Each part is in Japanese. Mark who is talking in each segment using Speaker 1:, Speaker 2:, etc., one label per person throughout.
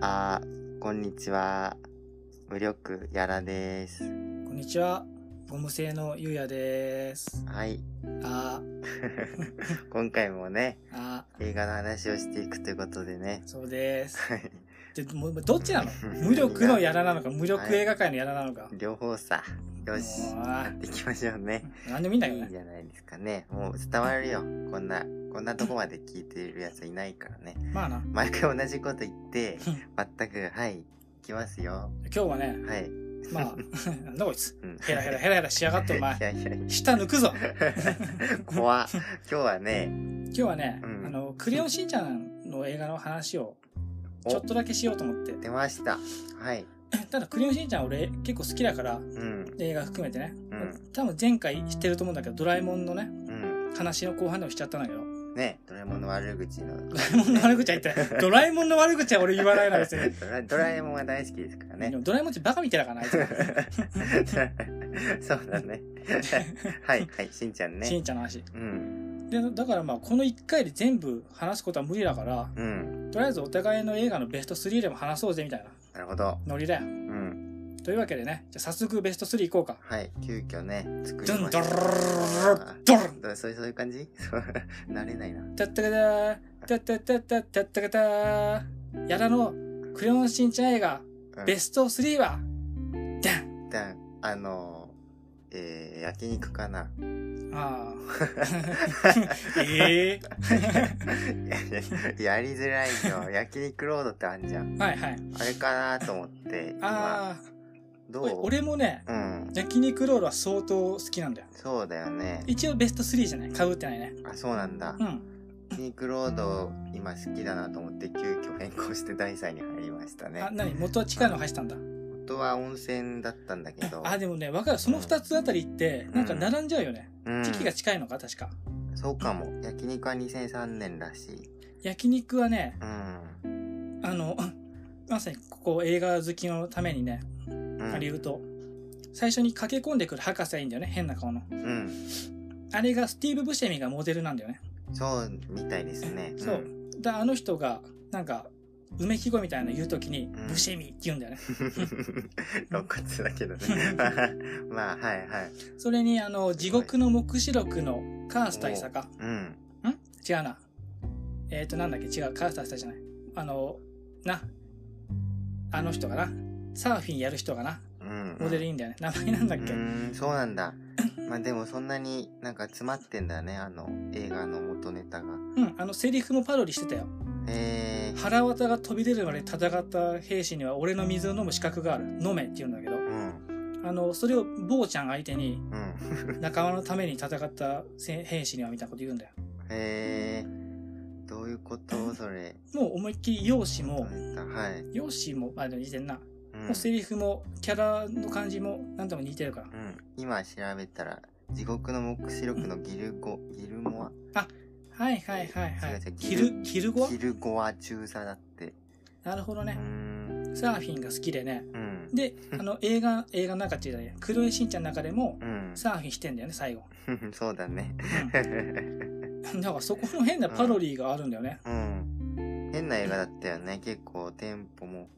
Speaker 1: あー、こんにちは。無力やらです。
Speaker 2: こんにちは。ゴム製のゆうやです。
Speaker 1: はい。
Speaker 2: あ
Speaker 1: 今回もね、
Speaker 2: ー、あ
Speaker 1: 映画の話をしていくということでね
Speaker 2: ー、。そうです。
Speaker 1: はい
Speaker 2: で、もうどっちなの無力のやらなのか、無力映画界のやらなのか。
Speaker 1: 両方さ、よし、
Speaker 2: もう
Speaker 1: や
Speaker 2: あ
Speaker 1: っていきましょうね。
Speaker 2: ーなんでもいいんだよ
Speaker 1: いい
Speaker 2: ね。
Speaker 1: じゃないですかね。もう伝わるよ。こんな、こんなとこまで聞いてるやついないからね。
Speaker 2: まあな。
Speaker 1: 毎回同じこと言っ て
Speaker 2: うん、
Speaker 1: 全く、はい、行きますよ。
Speaker 2: 今日はね、
Speaker 1: はい。う
Speaker 2: まあ、なんだこいつ。
Speaker 1: ん。
Speaker 2: ヘラヘラヘラヘラしやがってお前
Speaker 1: い。やいやい
Speaker 2: 舌抜くぞ。
Speaker 1: や。怖っ今日はね、
Speaker 2: 今日はね、
Speaker 1: うん
Speaker 2: あの、クレヨンしんちゃんの映画の話を、
Speaker 1: お
Speaker 2: ちょっとだけしようと思って。
Speaker 1: 出ました。はい。
Speaker 2: ただ、クレヨンしんちゃん俺結構好きだから、
Speaker 1: うん。
Speaker 2: 映画含めてね。
Speaker 1: うん
Speaker 2: 多分前回知ってると思うんだけど、ドラえもんのね、
Speaker 1: うん。
Speaker 2: 話の後半でもしちゃったんだけど。
Speaker 1: ね、ドラえもんの悪口の。
Speaker 2: ドラえもんの悪口は言ってない。ドラえもんの悪口は俺言わないな、別に。
Speaker 1: ドラドラえもんは大好きですから
Speaker 2: で
Speaker 1: ね。
Speaker 2: もドラえもんってバカみたいだからな、あいつ
Speaker 1: そうだね。はい、はい、しんちゃん
Speaker 2: し
Speaker 1: ね。
Speaker 2: んちゃんの話。
Speaker 1: うん、
Speaker 2: で、だからまあ、この1回で全部話すことは無理だから、
Speaker 1: うん。
Speaker 2: とりあえずお互いの映画のベスト3でも話そうぜ、みたいな
Speaker 1: なるほど。
Speaker 2: ノリだよ。
Speaker 1: うん。
Speaker 2: というわけでね、じゃあ早速ベスト3いこうか。
Speaker 1: はい、急遽ね、作
Speaker 2: ド
Speaker 1: り
Speaker 2: ン
Speaker 1: ま
Speaker 2: ドル
Speaker 1: した。
Speaker 2: ドル
Speaker 1: どそうそういう感じ慣れないな。
Speaker 2: タッタカタータッタッタッタッタッタカターやらのクレヨンしんちゃん映画、
Speaker 1: うん
Speaker 2: ベスト3は、ダン
Speaker 1: 一旦、あのー、えー、焼肉かな。
Speaker 2: ああ。ええ
Speaker 1: いやいややりづらいよ。焼肉ロードってあんじゃん。
Speaker 2: はいはい。
Speaker 1: あれかなと思って、今、
Speaker 2: ああ。
Speaker 1: ど
Speaker 2: おいう俺もね、
Speaker 1: うん。
Speaker 2: 焼肉ロールは相当好きなんだよ
Speaker 1: そうだよね。
Speaker 2: 一応ベスト3じゃないかぶってないね
Speaker 1: あ、そうなんだ
Speaker 2: う。ん
Speaker 1: 焼肉ロード、今好きだなと思って、急遽変更して第3に入りましたね
Speaker 2: あ。何元は近いの入ってたんだ
Speaker 1: 本当は温泉だったんだけど、
Speaker 2: あでもね分かるその2つあたりってなんか並んじゃうよね、
Speaker 1: うん、
Speaker 2: 時期が近いのか確か
Speaker 1: そうかも。焼肉は2003年らしい。
Speaker 2: 焼肉はね
Speaker 1: うん。
Speaker 2: あの まさにここ映画好きのためにね、
Speaker 1: うん。
Speaker 2: 理由と最初に駆け込んでくる博士がいいんだよね変な顔の
Speaker 1: うん。
Speaker 2: あれがスティーブ・ブシェミがモデルなんだよね、
Speaker 1: そうみたいですね。
Speaker 2: そう だあの人がなんかうめき声みたいなの言う時に、
Speaker 1: うん
Speaker 2: ブシェミって言うんだよね
Speaker 1: ん。露骨だけど ね。まあ、はいはい。
Speaker 2: それにあの地獄の黙示録のカース大佐か
Speaker 1: うん。
Speaker 2: ん違うなえっ、ー、となんだっけ違うカース大佐じゃないあのなあの人かなサーフィンやる人かな
Speaker 1: うん。
Speaker 2: モデルいいんだよね名前なんだっ
Speaker 1: う
Speaker 2: け、
Speaker 1: ーん、そうなんだ。まあでもそんなになんか詰まってんだね、あの映画の元ネタが。
Speaker 2: うんあのセリフもパロディしてたよ
Speaker 1: えー、
Speaker 2: 腹渡が飛び出るまで戦った兵士には俺の水を飲む資格がある飲めって言うんだけど
Speaker 1: うん、
Speaker 2: あのそれを坊ちゃん相手に
Speaker 1: うん。
Speaker 2: 仲間のために戦ったせ兵士にはみたいなこと言うんだよ
Speaker 1: えー、どういうことそれ。
Speaker 2: もう思いっきり容姿も
Speaker 1: 元ネタはい。
Speaker 2: 容姿もあでも似てんな
Speaker 1: うん
Speaker 2: もうセリフもキャラの感じも何とも似てるから
Speaker 1: うん、今調べたら、地獄の黙示録のギルゴ、ギルモ
Speaker 2: はいはいはいは
Speaker 1: 違う違う
Speaker 2: いキルキルゴ
Speaker 1: ア
Speaker 2: ア
Speaker 1: ギルゴア中佐だって。
Speaker 2: なるほど
Speaker 1: うー
Speaker 2: ね
Speaker 1: ん、
Speaker 2: サーフィンが好きでね
Speaker 1: うん、
Speaker 2: であの映画映画の中っていうね黒いしんちゃんの中でも
Speaker 1: うん。
Speaker 2: サーフィンしてんだよね最後、
Speaker 1: そうだね。
Speaker 2: うん、だからそこの変なパロディーがあるんだよね
Speaker 1: うん。変な映画だったよね。結構テンポも、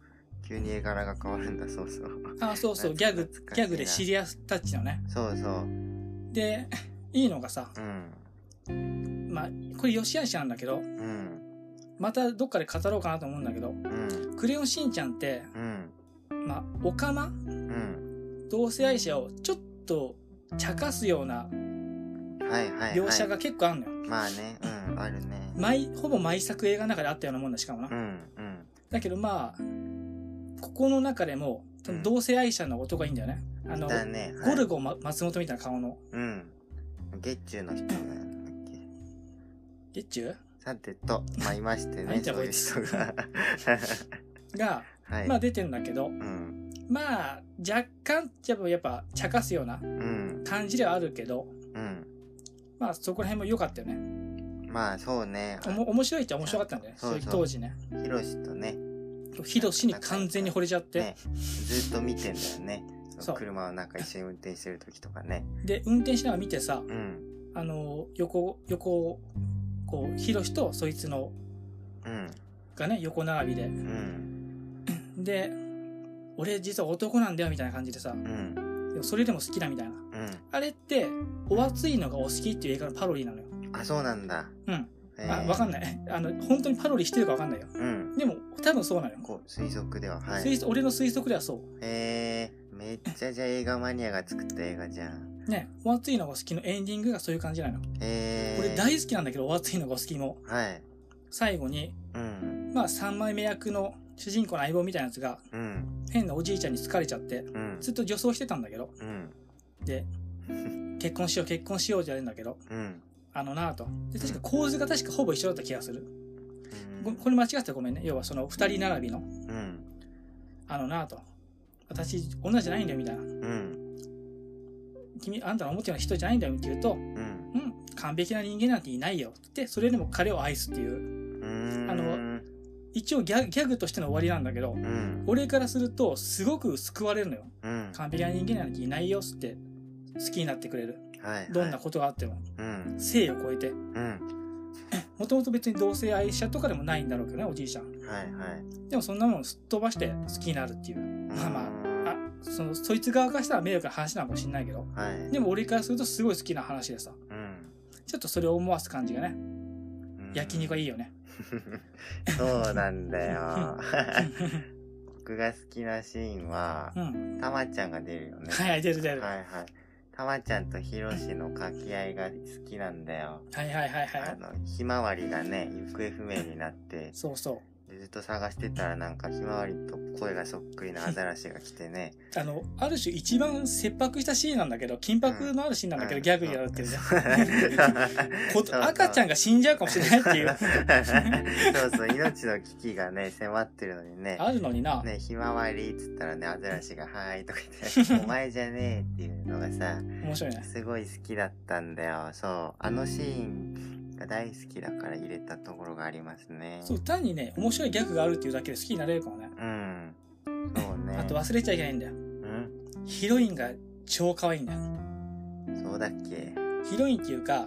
Speaker 1: 急に絵柄が変わるんだ、そうそう。
Speaker 2: あそうそうギャグ
Speaker 1: 懐かしい
Speaker 2: ギ
Speaker 1: な
Speaker 2: ャグでシリアスタッチのね
Speaker 1: そうそう。
Speaker 2: でいいのがさ
Speaker 1: うん。
Speaker 2: まあこれ良し悪しなんだけど
Speaker 1: うん。
Speaker 2: またどっかで語ろうかなと思うんだけど
Speaker 1: うん。
Speaker 2: 「クレヨンしんちゃん」って
Speaker 1: うん。
Speaker 2: まあオカマ
Speaker 1: うん。
Speaker 2: 同性愛者をちょっと茶化すような
Speaker 1: はいはい、はい。
Speaker 2: 描写が結構あるのよ、
Speaker 1: まあね、うん、あるね。
Speaker 2: 毎ほぼ毎作映画の中であったようなもんだしかもな、
Speaker 1: うん。うん。
Speaker 2: だけどまあここの中でもその同性愛者の男がいいんだよねあの、
Speaker 1: だね。はい
Speaker 2: ゴルゴ、ま、松本みたいな顔の
Speaker 1: うん。月中の人なんだっけ。
Speaker 2: 月中
Speaker 1: さてと、まあ、いまして
Speaker 2: なん
Speaker 1: ね、
Speaker 2: じゃ
Speaker 1: そう
Speaker 2: こ
Speaker 1: い
Speaker 2: いうつ
Speaker 1: 人が。
Speaker 2: が、
Speaker 1: はい。
Speaker 2: まあ出てんだけど
Speaker 1: うん。
Speaker 2: まあ若干やっぱやっぱ茶化すような
Speaker 1: うん。
Speaker 2: 感じではあるけど
Speaker 1: うん。
Speaker 2: まあそこら辺も良かったよね
Speaker 1: まあ、そうね。
Speaker 2: おも面白いっちゃ面白かったんだよね
Speaker 1: そう
Speaker 2: そ
Speaker 1: そう
Speaker 2: ういう当時ね
Speaker 1: ヒロシとね、
Speaker 2: ヒロシに完全に惚れちゃって、
Speaker 1: ね、ずっと見てんだよね。
Speaker 2: そう
Speaker 1: 車をなんか一緒に運転してる時とかね。
Speaker 2: で運転しながら見てさ
Speaker 1: うん。
Speaker 2: あの横横をこうヒロシとそいつの
Speaker 1: うん。
Speaker 2: がね横並びで
Speaker 1: うん。
Speaker 2: で、俺実は男なんだよみたいな感じでさ、
Speaker 1: うん。
Speaker 2: でもそれでも好きだみたいな。
Speaker 1: うん。
Speaker 2: あれって、お熱いのがお好きっていう映画のパロディなのよ。
Speaker 1: あ、そうなんだ。
Speaker 2: うん。
Speaker 1: え
Speaker 2: あ、わかんない。 あの、本当にパロディしてるかわかんないよ。
Speaker 1: うん。
Speaker 2: でも、多分そうなのよ。
Speaker 1: こう、推測では。はい。
Speaker 2: 推俺の推測ではそ
Speaker 1: えー、めっちゃじゃあ映画マニアが作った映画じゃん。
Speaker 2: う。ね、お熱いのが好きのエンディングがそういう感じなの。
Speaker 1: えー、
Speaker 2: 俺大好きなんだけど、お熱いのが好きも、
Speaker 1: はい。
Speaker 2: 最後に、
Speaker 1: うん、
Speaker 2: まあ3枚目役の主人公の相棒みたいなやつが、
Speaker 1: うん、
Speaker 2: 変なおじいちゃんに疲れちゃって、
Speaker 1: うん、
Speaker 2: ずっと女装してたんだけど、
Speaker 1: うん、
Speaker 2: で、結婚しよう、結婚しようって言われるんだけど、
Speaker 1: うん。
Speaker 2: あのなぁと。で、確か構図が確かほぼ一緒だった気がする。
Speaker 1: うん
Speaker 2: ごこれ間違ってたらごめんね。要はその二人並びの、
Speaker 1: うん、
Speaker 2: あのなぁと。私、女じゃないんだよ、みたいな。
Speaker 1: うん、
Speaker 2: 君、あんたの思ってるような人じゃないんだよ、って言うと、
Speaker 1: うん。
Speaker 2: うん、完璧な人間なんていないよ。って、それでも彼を愛すっていう。
Speaker 1: うーん
Speaker 2: あの
Speaker 1: うん、
Speaker 2: 一応ギャギャグとしての終わりなんだけど、
Speaker 1: うん、
Speaker 2: 俺からすると、すごく救われるのよ。
Speaker 1: うん。
Speaker 2: 完璧な人間なんていないよ、つって、好きになってくれる。
Speaker 1: はい。
Speaker 2: どんな
Speaker 1: はい
Speaker 2: ことがあっても、
Speaker 1: うん、
Speaker 2: 性を超えて。
Speaker 1: うん。
Speaker 2: もともと別に同性愛者とかでもないんだろうけどね、おじいちゃん。
Speaker 1: はい、はい。
Speaker 2: でもそんなもんすっ飛ばして好きになるっていう。まあまあ
Speaker 1: あ、
Speaker 2: その、そいつ側からしたら迷惑な話なのかもしんないけど。
Speaker 1: あ。はい。
Speaker 2: でも俺からするとすごい好きな話でさ。
Speaker 1: うん。
Speaker 2: ちょっとそれを思わす感じがね、
Speaker 1: うん
Speaker 2: 焼肉がいいよね。
Speaker 1: そうなんだよ。僕が好きなシーンは
Speaker 2: う、ん。
Speaker 1: たまちゃんが出るよね。
Speaker 2: はいはい、出る出る。は
Speaker 1: はいはい。たまちゃんとひろしの掛け合いが好きなんだよ。
Speaker 2: いはいはいは
Speaker 1: あ
Speaker 2: い。
Speaker 1: の、ひまわりがね、行方不明になって、
Speaker 2: そうそ
Speaker 1: でずっと探してたらなんかひまわりと声がそっくりなアザラシが来てね。
Speaker 2: う。あの、ある種一番切迫したシーンなんだけど、緊迫のあるシーンなんだけど、ギャグになるっていうね。 こ
Speaker 1: ね
Speaker 2: 赤ちゃんが死んじゃうかもしれないって いう。
Speaker 1: そうそう、命の危機がね、迫ってるのにね。
Speaker 2: あるのにな。
Speaker 1: ね、ひまわりっつったらね、アザラシが、はーいとか言 って、お前じゃねえっていうのがさ、
Speaker 2: 面白いね。
Speaker 1: すごい好きだったんだよ。そう。あのシーンが大好きだから入れたところがありますね。
Speaker 2: そう、単にね、面白いギャグがあるっていうだけで好きになれるかもね。
Speaker 1: うん。そうね。
Speaker 2: あと忘れちゃいけないんだよ。
Speaker 1: うん
Speaker 2: ヒロインが超可愛いんだよ。
Speaker 1: そうだっけ
Speaker 2: ヒロインっていうか、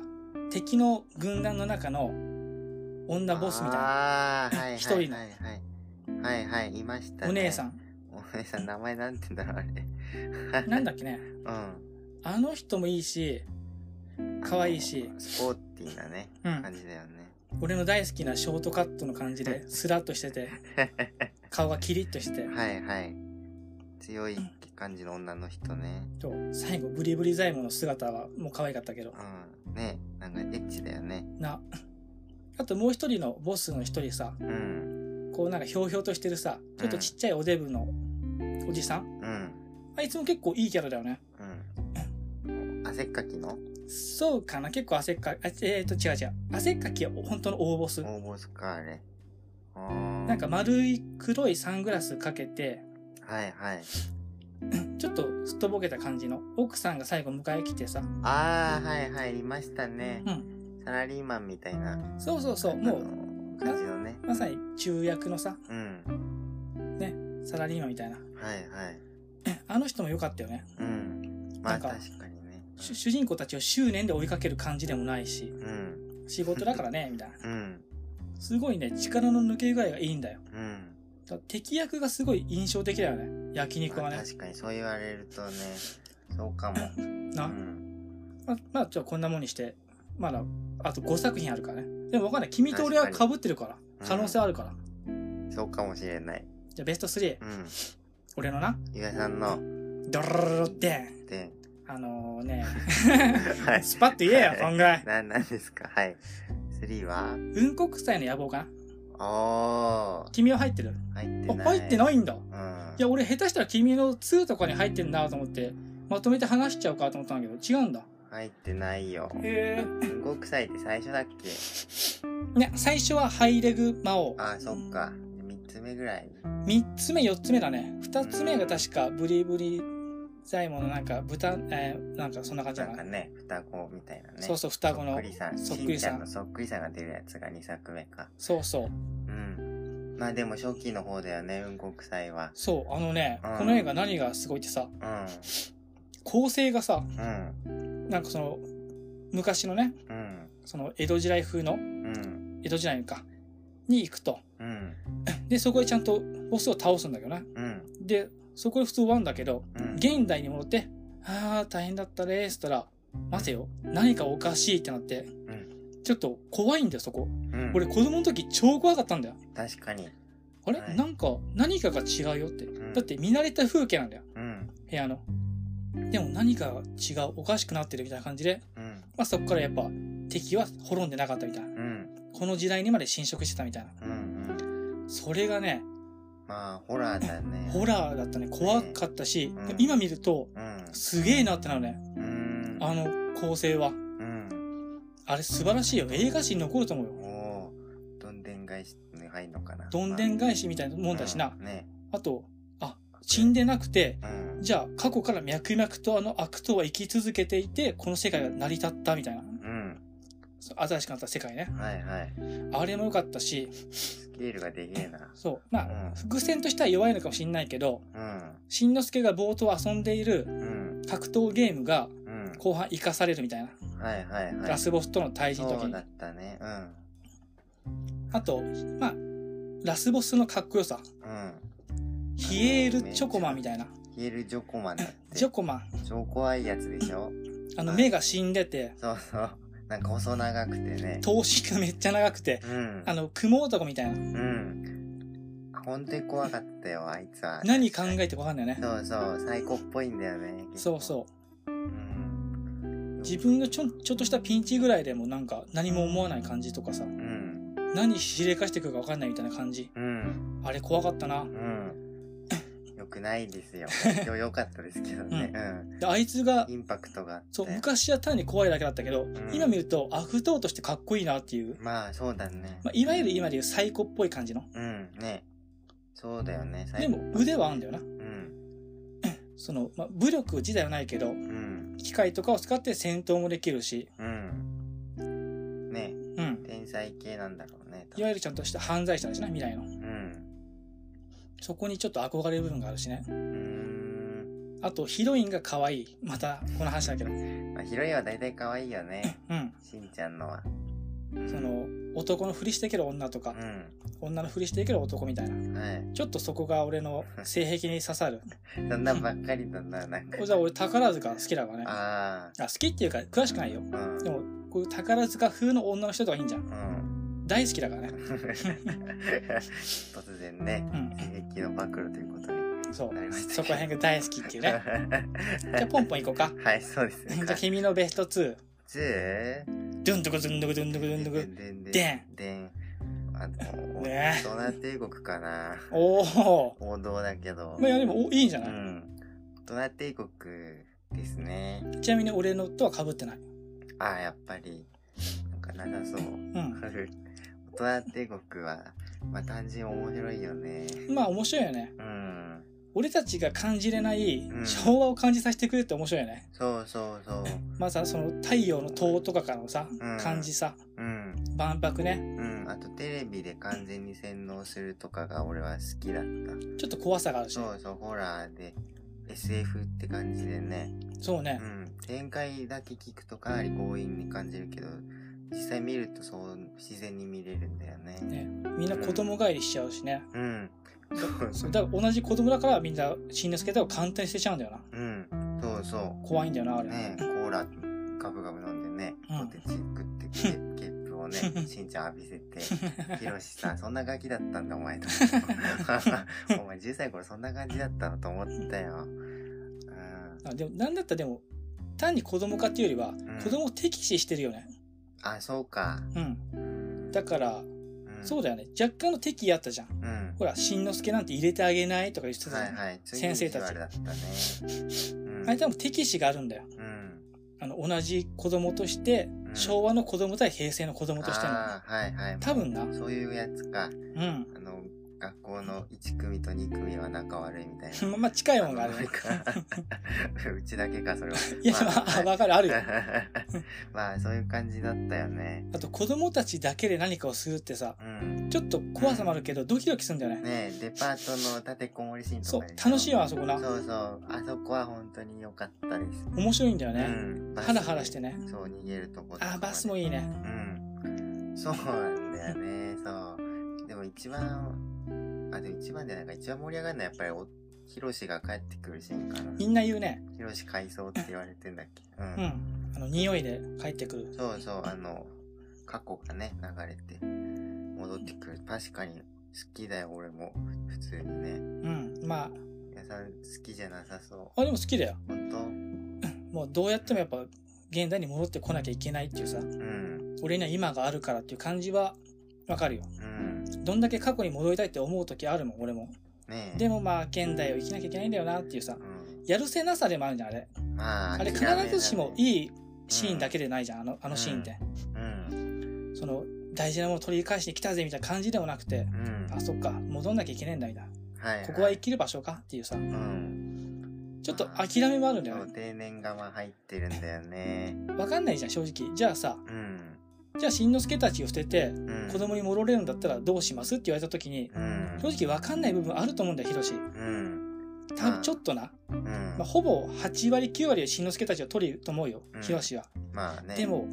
Speaker 2: 敵の軍団の中の女ボスみたいな。
Speaker 1: ああ、はい、はい。
Speaker 2: 一人の
Speaker 1: はいはい。はいはい、いましたね。
Speaker 2: お姉さ。ん。
Speaker 1: お姉さん、名前なんて言うんだろう、あれ。
Speaker 2: なんだっけね。
Speaker 1: うん。
Speaker 2: あの人もいいし、可愛いし
Speaker 1: あのスポーティーなね、
Speaker 2: うん
Speaker 1: 感じだよね。
Speaker 2: 俺の大好きなショートカットの感じで、スラッとし てて、顔がキリッとしてて、
Speaker 1: はいはい。強い感じの女の人ね。
Speaker 2: と最後、ブリブリザイモの姿はもう可愛かったけど、
Speaker 1: うん。ねなんかエッチだよね。
Speaker 2: な。あともう一人のボスの一人さ、
Speaker 1: うん。
Speaker 2: こうなんかひょうひょうとしてるさ、ちょっとちっちゃいおデブのおじさん
Speaker 1: うん。
Speaker 2: あいつも結構いいキャラだよね。
Speaker 1: うん。汗っかきの
Speaker 2: そうかな結構汗っかき、あえっ、と違う違う。汗っかきは本当の大ボス。
Speaker 1: 大ボスか、あれ。あー
Speaker 2: なんか、丸い黒いサングラスかけて、
Speaker 1: はいはい。
Speaker 2: ちょっとすっとぼけた感じの奥さんが最後迎え来てさ、
Speaker 1: ああ、はいはい、いましたね。
Speaker 2: うん。
Speaker 1: サラリーマンみたいな。
Speaker 2: そうそうそう、もう、
Speaker 1: う。感じのね。
Speaker 2: まさに中役のさ、
Speaker 1: うん。
Speaker 2: サラリーマンみたいな。
Speaker 1: はいはい。
Speaker 2: あの人も良かったよね。
Speaker 1: うん。ま
Speaker 2: な
Speaker 1: あ
Speaker 2: んか
Speaker 1: 確かにね。
Speaker 2: 主主人公たちを執念で追いかける感じでもないし、
Speaker 1: うん。
Speaker 2: 仕事だからね、みたいな。
Speaker 1: うん。
Speaker 2: すごいね、力の抜け具合がいいんだよ。
Speaker 1: うん。
Speaker 2: だから敵役がすごい印象的だよね。焼肉
Speaker 1: ま
Speaker 2: は
Speaker 1: あ
Speaker 2: ね。
Speaker 1: 確かにそう言われるとね、そうかも。う
Speaker 2: な。
Speaker 1: ん。
Speaker 2: まあ、まあ、じゃあこんなもんにして、まだ、あと5作品あるからね。でもわかんない。君と俺は被ってるから。
Speaker 1: かに
Speaker 2: 可能性あるから。
Speaker 1: そうかもしれない。
Speaker 2: じゃあベスト3、
Speaker 1: うん。
Speaker 2: 俺のな、
Speaker 1: ゆがさんの
Speaker 2: ドロロロってん。
Speaker 1: 点。
Speaker 2: あのね、
Speaker 1: はい。
Speaker 2: スパッと言えよ、こんぐらい。
Speaker 1: な、なんですかはい。3は
Speaker 2: うんこくさいの野望かな
Speaker 1: おー。
Speaker 2: 君は入ってる
Speaker 1: 入って
Speaker 2: あ、
Speaker 1: ない。
Speaker 2: 入って
Speaker 1: い
Speaker 2: ないんだ。
Speaker 1: うん。
Speaker 2: いや、俺下手したら君の2とかに入ってんなと思って、まとめて話しちゃうかと思ったんだけど、違うんだ。
Speaker 1: 入ってないよ。
Speaker 2: へ
Speaker 1: すごくさいって最初だっけ
Speaker 2: え。ね、最初はハイレグ魔王。
Speaker 1: あー、そっか。3つ目ぐらい。
Speaker 2: 3つ目、4つ目だね。2つ目が確かブリブリ財門のなんか豚、えーなんかそんな感じ
Speaker 1: な
Speaker 2: だ
Speaker 1: ん
Speaker 2: な
Speaker 1: か。ね、双子みたいなね。
Speaker 2: そうそう、双子
Speaker 1: そ
Speaker 2: の
Speaker 1: っく。りさん。
Speaker 2: そ
Speaker 1: そ
Speaker 2: っ
Speaker 1: っ
Speaker 2: く
Speaker 1: く
Speaker 2: り
Speaker 1: り
Speaker 2: さん
Speaker 1: さんのそっくりさんが出るやつが2作目か。
Speaker 2: そうそう。
Speaker 1: うん。まあでも初期の方だよね、うんこ臭いは。
Speaker 2: そう、あのね、
Speaker 1: うん
Speaker 2: この映画何がすごいってさ、
Speaker 1: うん。
Speaker 2: 構成がさ、
Speaker 1: うん。
Speaker 2: なんかその、昔のね、
Speaker 1: うん。
Speaker 2: その江戸時代風の、
Speaker 1: うん。
Speaker 2: 江戸時代か、に行くと。
Speaker 1: うん。
Speaker 2: で、そこへちゃんとボスを倒すんだけどな。
Speaker 1: うん
Speaker 2: で、そこで普通終わるんだけど、
Speaker 1: うん
Speaker 2: 現代に戻って、ああ、大変だったねーっつったら、待てよ、何かおかしいってなって、ちょっと怖いんだよ、そこ。
Speaker 1: うん
Speaker 2: 俺、子供の時超怖かったんだよ。
Speaker 1: 確かに
Speaker 2: あれ、
Speaker 1: はい
Speaker 2: なんか、何かが違うよって。
Speaker 1: ん
Speaker 2: だって見慣れた風景なんだよ、
Speaker 1: うん
Speaker 2: 部屋の。でも何かが違う、おかしくなってるみたいな感じで、
Speaker 1: うん
Speaker 2: まあそこからやっぱ敵は滅んでなかったみたいな。
Speaker 1: うん
Speaker 2: この時代にまで侵食してたみたいな。
Speaker 1: うんうん
Speaker 2: それがね、
Speaker 1: まあホラーだね
Speaker 2: ホラーだったね。怖かったし、
Speaker 1: うん
Speaker 2: 今見ると、
Speaker 1: うん
Speaker 2: すげえなってなるね。
Speaker 1: うん
Speaker 2: あの構成は。
Speaker 1: うん
Speaker 2: あれ素晴らしいよ。映画史に残ると思うよ。
Speaker 1: おーどんでん返しに入んのかな
Speaker 2: どんでん返しみたいなもんだしな
Speaker 1: う。んね
Speaker 2: あと、あ、死んでなくて、
Speaker 1: うん
Speaker 2: じゃあ過去から脈々とあの悪党は生き続けていて、この世界が成り立ったみたいな。
Speaker 1: うん
Speaker 2: そう新しくなった世界ね。
Speaker 1: はいはい
Speaker 2: あれも良かったし、
Speaker 1: スケールがでけえな
Speaker 2: そう。ま
Speaker 1: うん
Speaker 2: あ、伏線としては弱いのかもしんないけど、
Speaker 1: うん
Speaker 2: しんのすけが冒頭遊んでいる
Speaker 1: うん
Speaker 2: 格闘ゲームが
Speaker 1: うん
Speaker 2: 後半生かされるみたいな。
Speaker 1: はいはいはい
Speaker 2: ラスボスとの対峙の
Speaker 1: そ
Speaker 2: 時
Speaker 1: う
Speaker 2: に
Speaker 1: だ。ったねうん
Speaker 2: あと、まあ、ラスボスのかっこよさ。
Speaker 1: うん
Speaker 2: ヒエール・チョコマンみたいな。
Speaker 1: ヒエルジョコマンだって
Speaker 2: ジョコマン。
Speaker 1: 超怖いやつでしょ
Speaker 2: あの、目が死んでて、
Speaker 1: そうそうなんか細長くてね
Speaker 2: 頭身がめっちゃ長くて、
Speaker 1: うん
Speaker 2: あの、雲男みたいな。
Speaker 1: うん本当に怖かったよあいつは
Speaker 2: 何考えてもわかんないよね。
Speaker 1: そうそうサイコっぽいんだよね
Speaker 2: そう
Speaker 1: う
Speaker 2: そう。
Speaker 1: うん
Speaker 2: 自分のちょちょっとしたピンチぐらいでもなんか何も思わない感じとかさ
Speaker 1: うん
Speaker 2: 何しれかしてくるか分かんないみたいな感じ
Speaker 1: うん
Speaker 2: あれ怖かったな
Speaker 1: うんよくないです よでもよかったですけどねうん
Speaker 2: であいつが
Speaker 1: インパクトがあって
Speaker 2: そう昔は単に怖いだけだったけど、
Speaker 1: ん
Speaker 2: 今見ると悪党としてかっこいいなっていう、
Speaker 1: まあそうだね
Speaker 2: まあ、いわゆる今でいうサイコっぽい感じの
Speaker 1: うんねそうだよね
Speaker 2: でも腕はあるんだよな
Speaker 1: うん
Speaker 2: その、まあ、武力自体はないけど
Speaker 1: うん
Speaker 2: 機械とかを使って戦闘もできるし
Speaker 1: うんね
Speaker 2: うん
Speaker 1: 天才系なんだろうね
Speaker 2: いわゆるちゃんとした犯罪者ですね未来の
Speaker 1: うん
Speaker 2: そこにちょっと憧れる部分があるしね
Speaker 1: うーん
Speaker 2: あとヒロインが可愛いまたこの話だけどう
Speaker 1: まあ、ヒロインは大体可愛いよ ね。
Speaker 2: ん
Speaker 1: しんちゃんのは。
Speaker 2: その男のふりしてける女とか、
Speaker 1: う。
Speaker 2: 女のふりしてける男みたいなん
Speaker 1: はい。
Speaker 2: ちょっとそこが俺の性癖に刺さる
Speaker 1: そんなんばっかりだな、なんか。
Speaker 2: じゃあ俺宝塚好きだからねあ
Speaker 1: あ
Speaker 2: 好きっていうか詳しくないよ
Speaker 1: あ。うん
Speaker 2: で。もこういう宝塚風の女の人とかいいんじゃん
Speaker 1: うん。
Speaker 2: 大好きだからね
Speaker 1: 突然ね、
Speaker 2: うん
Speaker 1: 刺激の暴露ということに。
Speaker 2: そう
Speaker 1: なりました
Speaker 2: そこら辺が大好きってい うねじゃあポンポン行こうか
Speaker 1: はい、そうです
Speaker 2: じ
Speaker 1: ね。
Speaker 2: ゃあ君のベスト2
Speaker 1: つー
Speaker 2: ドゥンドゥクドゥンドゥクドゥンドゥクドゥンドゥク
Speaker 1: でん
Speaker 2: で
Speaker 1: で
Speaker 2: ん
Speaker 1: ん。でん。あの、
Speaker 2: ねえ
Speaker 1: ドナ帝国かな。
Speaker 2: おお
Speaker 1: 王道だけど。
Speaker 2: まあいやでもおいいんじゃ
Speaker 1: う
Speaker 2: ない、
Speaker 1: ん。ドナ帝国ですね。
Speaker 2: ちなみに俺のとは被ってない
Speaker 1: ああ、やっぱり。なんか長そう。
Speaker 2: うん
Speaker 1: 大人帝国は、まあ単純面白いよね。
Speaker 2: まあ面白いよね
Speaker 1: うん。
Speaker 2: 俺たちが感じれない
Speaker 1: うん
Speaker 2: 昭和を感じさせてくれるって面白いよね、
Speaker 1: そうそうそう。
Speaker 2: まずはその太陽の塔とかからのさ、
Speaker 1: うん
Speaker 2: 感じさ
Speaker 1: うん。
Speaker 2: 万博ね
Speaker 1: うん。あとテレビで完全に洗脳するとかが俺は好きだった。
Speaker 2: ちょっと怖さがあるし
Speaker 1: そうそう、ホラーで。SF って感じでね。
Speaker 2: そう
Speaker 1: う
Speaker 2: ね、
Speaker 1: ん。展開だけ聞くとかなり強引に感じるけど、実際見るとそう、自然に見れるんだよね。
Speaker 2: ねみんな子供帰りしちゃうしね、
Speaker 1: うん。そう
Speaker 2: そうだから同じ子供だからみんなしんのすけとか簡単に捨てちゃうんだよな
Speaker 1: うん。そうそう。
Speaker 2: 怖いんだよなあれ、
Speaker 1: ねコーラガブガブ飲んでね、
Speaker 2: うん
Speaker 1: ポテチ食ってケケップをねしんちゃん浴びせ て「ひろしさんそんなガキだったんだお前」とお前10歳頃そんな感じだったのと思ったようん
Speaker 2: あでもなんだったらでも単に子供かっていうよりは、
Speaker 1: ん
Speaker 2: 子供を敵視してるよね
Speaker 1: あそうか
Speaker 2: うん
Speaker 1: うん
Speaker 2: だから、そう
Speaker 1: だ
Speaker 2: だよね若干の敵意あったじゃん
Speaker 1: うん
Speaker 2: ほらしんのすけなんて入れてあげないとか言ってたじゃん、
Speaker 1: はいはい
Speaker 2: 先生た
Speaker 1: 次の日
Speaker 2: ち
Speaker 1: はあれだったねうん
Speaker 2: あれ多分敵視があるんだよ
Speaker 1: うん
Speaker 2: あの同じ子供として、
Speaker 1: ん
Speaker 2: 昭和の子供対平成の子供としての
Speaker 1: あーはいはい
Speaker 2: 多分な
Speaker 1: そういうやつか
Speaker 2: うん
Speaker 1: あの学校の1組と2組は仲悪いみたいな
Speaker 2: まあまあ近いものがあるね。
Speaker 1: うちだけか、それは。
Speaker 2: いや、まあ、わかる、あるよ。
Speaker 1: まあ、そういう感じだったよね。
Speaker 2: あと、子供たちだけで何かをするってさ、
Speaker 1: うん。
Speaker 2: ちょっと怖さもあるけど、ドキドキするんだよ
Speaker 1: ね
Speaker 2: ね。
Speaker 1: えデパートの立てこもりシーン
Speaker 2: そ
Speaker 1: と
Speaker 2: う
Speaker 1: かで、しょ
Speaker 2: 楽しいわ、あそこな。
Speaker 1: そうそう。あそこは本当に良かったです。
Speaker 2: 面白いんだよ
Speaker 1: う
Speaker 2: ね。
Speaker 1: ん。バス
Speaker 2: ハラハラしてね。
Speaker 1: そう、逃げるとことかまで。
Speaker 2: あ、バスもいいね。
Speaker 1: うん。そうなんだよね。そう。でも一番、あ、でも一番じゃないか。一番盛り上がるのはやっぱりお、ヒロシが帰ってくるシーンかな。
Speaker 2: みんな言うね。
Speaker 1: ヒロシ改装って言われてんだっけ。う。
Speaker 2: うんん。あの、匂いで帰ってくる。
Speaker 1: そうそう、あの、過去がね、流れて、戻ってくる。確かに、好きだよ、俺も。普通にね。
Speaker 2: うん。ま
Speaker 1: 皆さん、好きじゃなさそ
Speaker 2: あ、あ、でも好きだよ。
Speaker 1: う。本当
Speaker 2: もうどうやってもやっぱ、現代に戻ってこなきゃいけないっていうさ、
Speaker 1: うん。
Speaker 2: 俺には今があるからっていう感じは、わかるよ。
Speaker 1: うん。
Speaker 2: どんだけ過去に戻りたいって思う時あるもん、俺も。
Speaker 1: ねえ。
Speaker 2: でもまあ、現代を生きなきゃいけないんだよなっていうさ、やるせなさでもあるじゃん、あれ。
Speaker 1: うん。まあ、
Speaker 2: あれ必ずしもいいシーンだけでないじゃん、あの、あのシーンって。
Speaker 1: うん。
Speaker 2: その、大事なもの取り返してきたぜみたいな感じでもなくて、
Speaker 1: うん。
Speaker 2: あ、そっか、戻んなきゃいけないんだみたいな。
Speaker 1: はい、はい。
Speaker 2: ここは生きる場所かっていうさ、
Speaker 1: うん。
Speaker 2: ちょっと諦めもあるんだ
Speaker 1: そ
Speaker 2: よ
Speaker 1: う、
Speaker 2: ね。
Speaker 1: 定年がまあ入ってるんだよね。
Speaker 2: わかんないじゃん、正直。じゃあさ、
Speaker 1: うん。
Speaker 2: じゃあ、しんのすけたちを捨てて、
Speaker 1: うん。
Speaker 2: 子供に戻れるんだったらどうしますって言われた時に、
Speaker 1: うん。
Speaker 2: 正直わかんない部分あると思うんだよ、ヒロシ。
Speaker 1: うん。
Speaker 2: 多分ちょっとな、
Speaker 1: うん
Speaker 2: まあ、。ほぼ8割、9割はしんのすけたちを取ると思うよ
Speaker 1: うん、
Speaker 2: ヒロシは。
Speaker 1: まあね。
Speaker 2: で。も、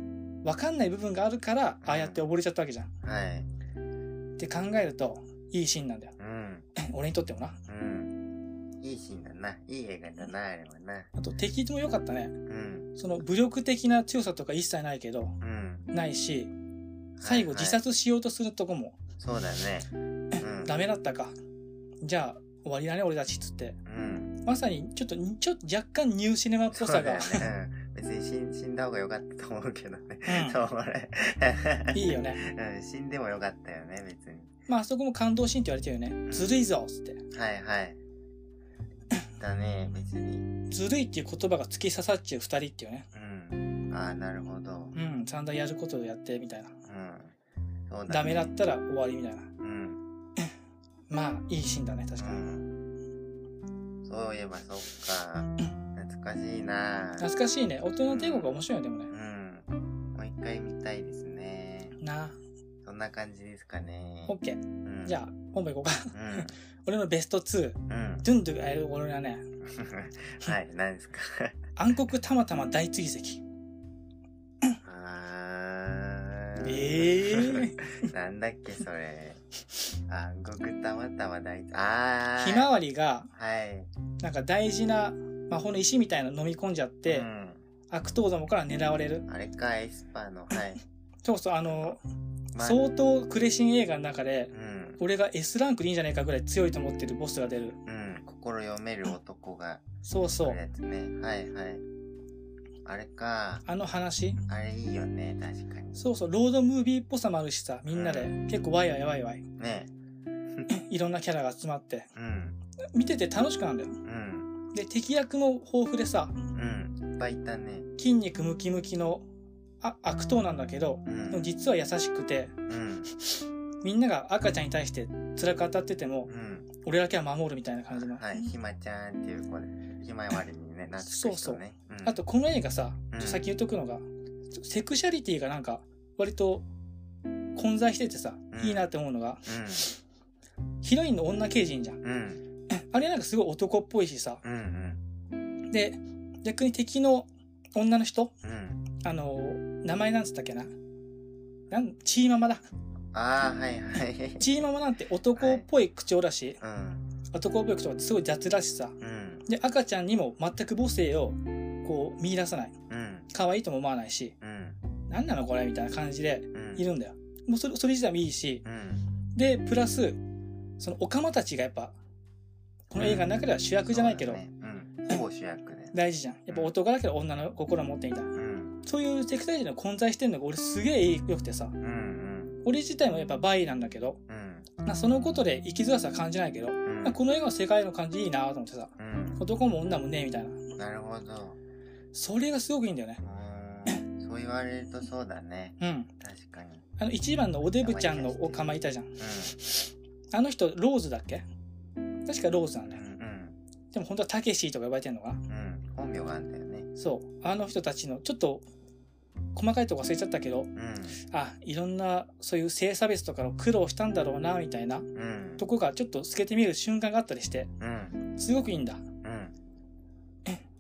Speaker 2: わかんない部分があるから、ああやって溺れちゃったわけじゃん。
Speaker 1: はい。
Speaker 2: って考えると、いいシーンなんだよ。
Speaker 1: うん。
Speaker 2: 俺にとってもな。
Speaker 1: うん。いいシーンだな。いい映画だな、あれはな。
Speaker 2: あと、敵も良かったね。
Speaker 1: うん。
Speaker 2: その、武力的な強さとか一切ないけど、
Speaker 1: うん。
Speaker 2: ないし、最後
Speaker 1: はい
Speaker 2: 自殺しようとするとこも、
Speaker 1: そうだね。うん。
Speaker 2: ダメだったか。じゃあ、終わりだね、俺たちっつって。
Speaker 1: うん。
Speaker 2: まさに、ちょっと、ちょっと若干ニューシネマっぽ
Speaker 1: そ
Speaker 2: さ
Speaker 1: うだよ、
Speaker 2: が
Speaker 1: ね。うん別に死ん死んだ方が良かったと思うけどね。
Speaker 2: うん
Speaker 1: そう、俺。
Speaker 2: いいよね。
Speaker 1: うん、死んでもよかったよね、別に。
Speaker 2: まあ、あそこも感動シーンって言われてるよね。ずるいぞっつって。
Speaker 1: はいはい。だね、別に。
Speaker 2: ずるいっていう言葉が突き刺さっちゃう二人っていうね。
Speaker 1: うん。ああ、なるほど。
Speaker 2: うん、散々やることをやってみたいな。
Speaker 1: うん。そうだ、ね。
Speaker 2: ダメだったら終わりみたいな。
Speaker 1: うん。
Speaker 2: まあ、いいシーンだね、確
Speaker 1: う
Speaker 2: かに。
Speaker 1: ん。そういえばそっか。懐かしいな
Speaker 2: 懐かしいね。大人帝国が面白いよね、でも
Speaker 1: う
Speaker 2: ね。
Speaker 1: ん。もう一回見たいですね。
Speaker 2: なあ、
Speaker 1: そんな感じですかね。
Speaker 2: オッケー。
Speaker 1: うん
Speaker 2: じゃあ、本部行こうか。
Speaker 1: う
Speaker 2: 俺のベスト
Speaker 1: ん。
Speaker 2: 2。
Speaker 1: うん。
Speaker 2: ドゥンドゥがやる俺はね、
Speaker 1: はい、何ですか
Speaker 2: 暗黒たまたま大追跡。
Speaker 1: あー
Speaker 2: え
Speaker 1: なんだっけ、それ。暗黒たまたま大あー。
Speaker 2: ひまわりが、
Speaker 1: はい。
Speaker 2: なんか大事な魔法の石みたいなの飲み込んじゃって、
Speaker 1: うん、
Speaker 2: 悪党どもから狙われる。
Speaker 1: あれか、エスパーの、はい。
Speaker 2: そうそう、あの、
Speaker 1: まあ
Speaker 2: 相当クレシン映画の中で
Speaker 1: う、ん。
Speaker 2: 俺が S ランクでいいんじゃないかぐらい強いと思ってるボスが出る。
Speaker 1: うん。心読める男が、
Speaker 2: そうそ
Speaker 1: そう
Speaker 2: う
Speaker 1: や。つね。はいはい。あれか。
Speaker 2: あの話
Speaker 1: あれいいよね、確かに。
Speaker 2: そうそう、ロードムービーっぽさもあるしさ、みんなで結構ワイワイワイワイ、
Speaker 1: ね
Speaker 2: いろんなキャラが集まって、
Speaker 1: うん。
Speaker 2: 見てて楽しくなるんだよ。
Speaker 1: うん。
Speaker 2: で、敵役も豊富でさ、
Speaker 1: うん。いっぱいいたね。
Speaker 2: 筋肉ムキムキのあ悪党なんだけど、
Speaker 1: う
Speaker 2: でも
Speaker 1: ん。
Speaker 2: 実は優しくて、
Speaker 1: うん。
Speaker 2: みんなが赤ちゃんに対して辛く当たってても
Speaker 1: う、ん。
Speaker 2: 俺だけは守るみたいな感じの。
Speaker 1: はい、ひまちゃんっていう子で、ひまわりにね、なってく
Speaker 2: そうそ
Speaker 1: 人
Speaker 2: う
Speaker 1: ね。うん
Speaker 2: あと、この映画さ、
Speaker 1: うん
Speaker 2: 先言っとくのが、セクシャリティがなんか、割と混在しててさ、
Speaker 1: うん
Speaker 2: いいなって思うのが、ヒロインの女刑事いんじゃん。
Speaker 1: うん。うん。
Speaker 2: あれなんかすごい男っぽいしさ、
Speaker 1: うん。うん。
Speaker 2: で、逆に敵の女の人、
Speaker 1: うん。
Speaker 2: あの、名前なんつったっけな。なん、チーママだ。
Speaker 1: ああ、はいはい。
Speaker 2: チーママなんて男っぽい口調だし、
Speaker 1: うん。
Speaker 2: 男っぽい口調がすごい雑だしさ。
Speaker 1: うん。
Speaker 2: で、赤ちゃんにも全く母性を、こう、見出さない。
Speaker 1: うん。
Speaker 2: 可愛いとも思わないし、
Speaker 1: うん。
Speaker 2: なんなのこれみたいな感じで、
Speaker 1: うん。
Speaker 2: いるんだよ。もうそれ、それ自体もいいし、
Speaker 1: うん。
Speaker 2: で、プラス、その、オカマたちがやっぱ、この映画の中では主役じゃないけど、
Speaker 1: そうだねうん。ほぼ主役で。
Speaker 2: 大事じゃん。やっぱ男だけど女の心を持ってみたいな。
Speaker 1: うん。
Speaker 2: そういうセクサリティの混在してんのが俺すげえ良くてさ。
Speaker 1: うん。うん。
Speaker 2: 俺自体もやっぱバイなんだけど、
Speaker 1: うん。
Speaker 2: まあ、そのことで生きづらさは感じないけど、
Speaker 1: うん
Speaker 2: まあ、この映画の世界の感じいいなと思ってさ、
Speaker 1: うん。
Speaker 2: 男も女もねえみたいな。
Speaker 1: なるほど。
Speaker 2: それがすごくいいんだよね。
Speaker 1: うーんそう言われるとそうだね。
Speaker 2: うん。
Speaker 1: 確かに。
Speaker 2: あの、一番のおデブちゃんのおかまいたじゃん。あの人、ローズだっけ確かローズなん
Speaker 1: う
Speaker 2: だ
Speaker 1: ん。う
Speaker 2: よ。
Speaker 1: ん。
Speaker 2: でも本当はタケシーとか呼ばれてんのかな
Speaker 1: うん。うん。本名があんだよね。
Speaker 2: そう。あの人たちの、ちょっと、細かいとこ忘れちゃったけど、
Speaker 1: う。
Speaker 2: あ、いろんな、そういう性差別とかの苦労したんだろうな、みたいなん
Speaker 1: うん。
Speaker 2: とこがちょっと透けて見える瞬間があったりして、
Speaker 1: うん。
Speaker 2: すごくいいんだ。
Speaker 1: うん。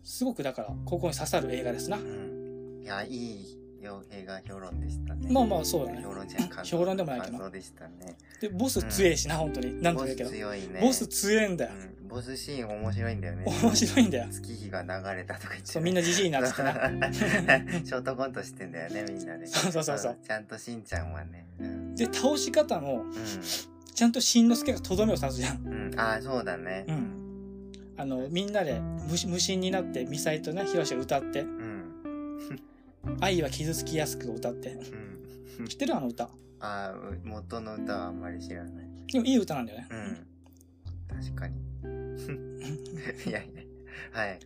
Speaker 2: すごくだから、ここに刺さる映画ですな。
Speaker 1: うん。いや、いい洋平が評論でしたね。
Speaker 2: まあまあそうだね
Speaker 1: 評論じゃない感想
Speaker 2: 評論でもないけど
Speaker 1: 感想でしたね。
Speaker 2: でボス強えしな、本当に何度も
Speaker 1: ボス
Speaker 2: 言うけど
Speaker 1: 強いね。
Speaker 2: ボス強えんだよ、
Speaker 1: うんボスシーン面白いんだよね。
Speaker 2: 面白いんだよ
Speaker 1: 月日が流れたとか言って。
Speaker 2: そうみんなじじいになっててな
Speaker 1: ショートコントしてんだよね、みんなで。
Speaker 2: そうそうそうそうん
Speaker 1: ちゃんとしんちゃんはね。うん。
Speaker 2: で倒し方もちゃんとしんのすけがとどめを刺すじゃん
Speaker 1: うん。うん、ああ、そうだね。
Speaker 2: うあのみんなで無無心になってミサイとねヒロシが歌って
Speaker 1: うん。
Speaker 2: 「愛は傷つきやすく」を歌って
Speaker 1: うん。
Speaker 2: 知ってるあの歌
Speaker 1: ああ、元の歌はあんまり知らない。
Speaker 2: でもいい歌なんだよね
Speaker 1: うん。確かに。 いやいや。はい。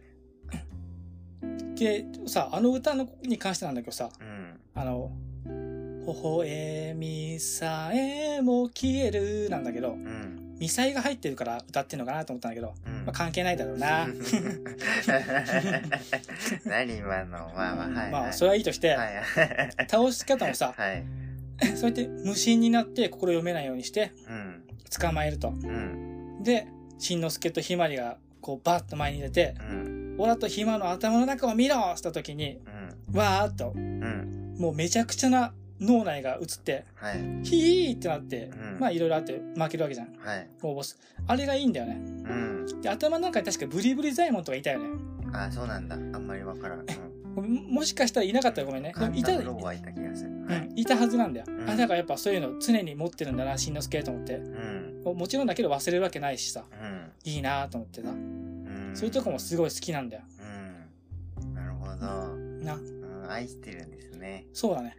Speaker 2: でさあの歌のに関してなんだけどさ
Speaker 1: うん。
Speaker 2: あの「微笑みさえも消える」なんだけど
Speaker 1: うん。
Speaker 2: ミサイが入ってるから歌ってんのかなと思ったんだけど、
Speaker 1: うん
Speaker 2: まあ、関係ないだろうな
Speaker 1: 何今のまあまあはい、はい、
Speaker 2: まあそれはいいとして、
Speaker 1: はいはい
Speaker 2: 倒し方もさ、
Speaker 1: はい
Speaker 2: そうやって無心になって心読めないようにして
Speaker 1: うん
Speaker 2: 捕まえると
Speaker 1: うん
Speaker 2: でしんのすけとひまりがこうバッと前に出て
Speaker 1: うん
Speaker 2: 「オラとひまの頭の中を見ろ!」した時に
Speaker 1: うん
Speaker 2: わーっと
Speaker 1: うん
Speaker 2: もうめちゃくちゃな脳内が映って
Speaker 1: はい
Speaker 2: ヒーってなって、
Speaker 1: うん
Speaker 2: まあいろいろあって負けるわけじゃん
Speaker 1: はい
Speaker 2: もうボスあれがいいんだよね
Speaker 1: うん
Speaker 2: で頭の中に確かブリブリ左衛門とかいたよね
Speaker 1: あそうなんだあんまりわからん、うん、
Speaker 2: ももしかしたらいなかったらごめんねでもいた
Speaker 1: カンタロウはいた気がする
Speaker 2: う
Speaker 1: はい、
Speaker 2: ん、いたはずなんだよ、
Speaker 1: ん
Speaker 2: あだからやっぱそういうの常に持ってるんだなしんのすけと思って
Speaker 1: うん
Speaker 2: ももちろんだけど忘れるわけないしさいいなと思ってさ
Speaker 1: うんうん
Speaker 2: そういうとこもすごい好きなんだよ
Speaker 1: うんなるほど、
Speaker 2: な
Speaker 1: うん、愛してるんですね
Speaker 2: そうだね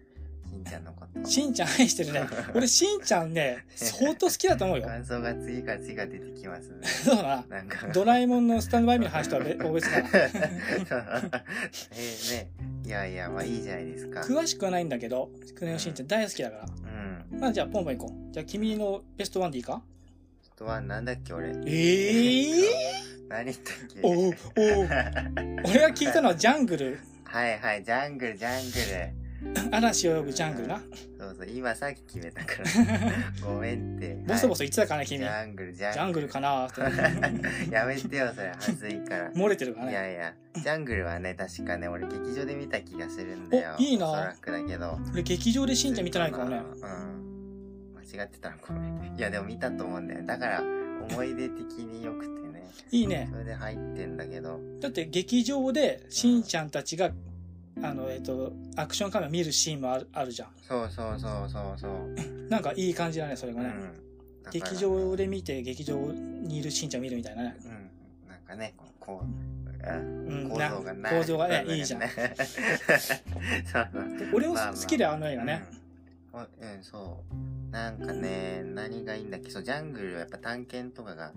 Speaker 1: しんちゃんのこと
Speaker 2: しんちゃん愛して るね俺しんちゃんね相当好きだと思うよ
Speaker 1: 感想が次から次から出てきますね
Speaker 2: そうだな
Speaker 1: なんか
Speaker 2: ドラえもんのスタンドバイミーの話と は別別だな
Speaker 1: えねいやいやまあいいじゃないですか
Speaker 2: 詳しくはないんだけどクレヨンしんちゃん大好きだから
Speaker 1: うん
Speaker 2: まあじゃあポンポン行こうじゃあ君のベストワンでいいか
Speaker 1: あとはなんだっけ俺
Speaker 2: ええ
Speaker 1: 何言ったっけ
Speaker 2: おうおう俺が聞いたのはジャングル
Speaker 1: はいはいジャングルジャング
Speaker 2: 嵐を泳ぐジャングルな
Speaker 1: ルそうそう今さっき決めた からごめんって
Speaker 2: ボソボ
Speaker 1: ソ
Speaker 2: ソ言ってたからね君
Speaker 1: ジ
Speaker 2: ジ
Speaker 1: ャングルジャングル
Speaker 2: ャングルかなーっ て
Speaker 1: やめてよそれ恥ずいから
Speaker 2: 漏れてるから
Speaker 1: い
Speaker 2: ね
Speaker 1: やいやジャングルはね確かね俺劇場で見た気がするんだよ
Speaker 2: おいいな
Speaker 1: おそらくだけど
Speaker 2: 俺劇場でしんちゃん見てないからね
Speaker 1: うん間違ってたらごめんいやでも見たと思うんだよだから思い出的によくてね
Speaker 2: いいね
Speaker 1: それで入ってんだけど
Speaker 2: だって劇場でしんちゃんたちがあのえっ、とアクションカメラ見るシーンもあるあるじゃん
Speaker 1: そうそうそうそうそう、
Speaker 2: なんかいい感じだねそれ
Speaker 1: う
Speaker 2: が
Speaker 1: ん
Speaker 2: ね、
Speaker 1: だから
Speaker 2: 劇場で見て劇場にいるしんちゃん見るみたいなね
Speaker 1: うんなんかねこうこう、あ
Speaker 2: うん
Speaker 1: 構
Speaker 2: な
Speaker 1: 造がな
Speaker 2: 構造がねいいじゃん
Speaker 1: そう そう
Speaker 2: 俺も
Speaker 1: まあまあ
Speaker 2: 好きだよあの映画ね、
Speaker 1: うん、おうんそうなんかね何がいいんだっけそうジャングルはやっぱ探検とかが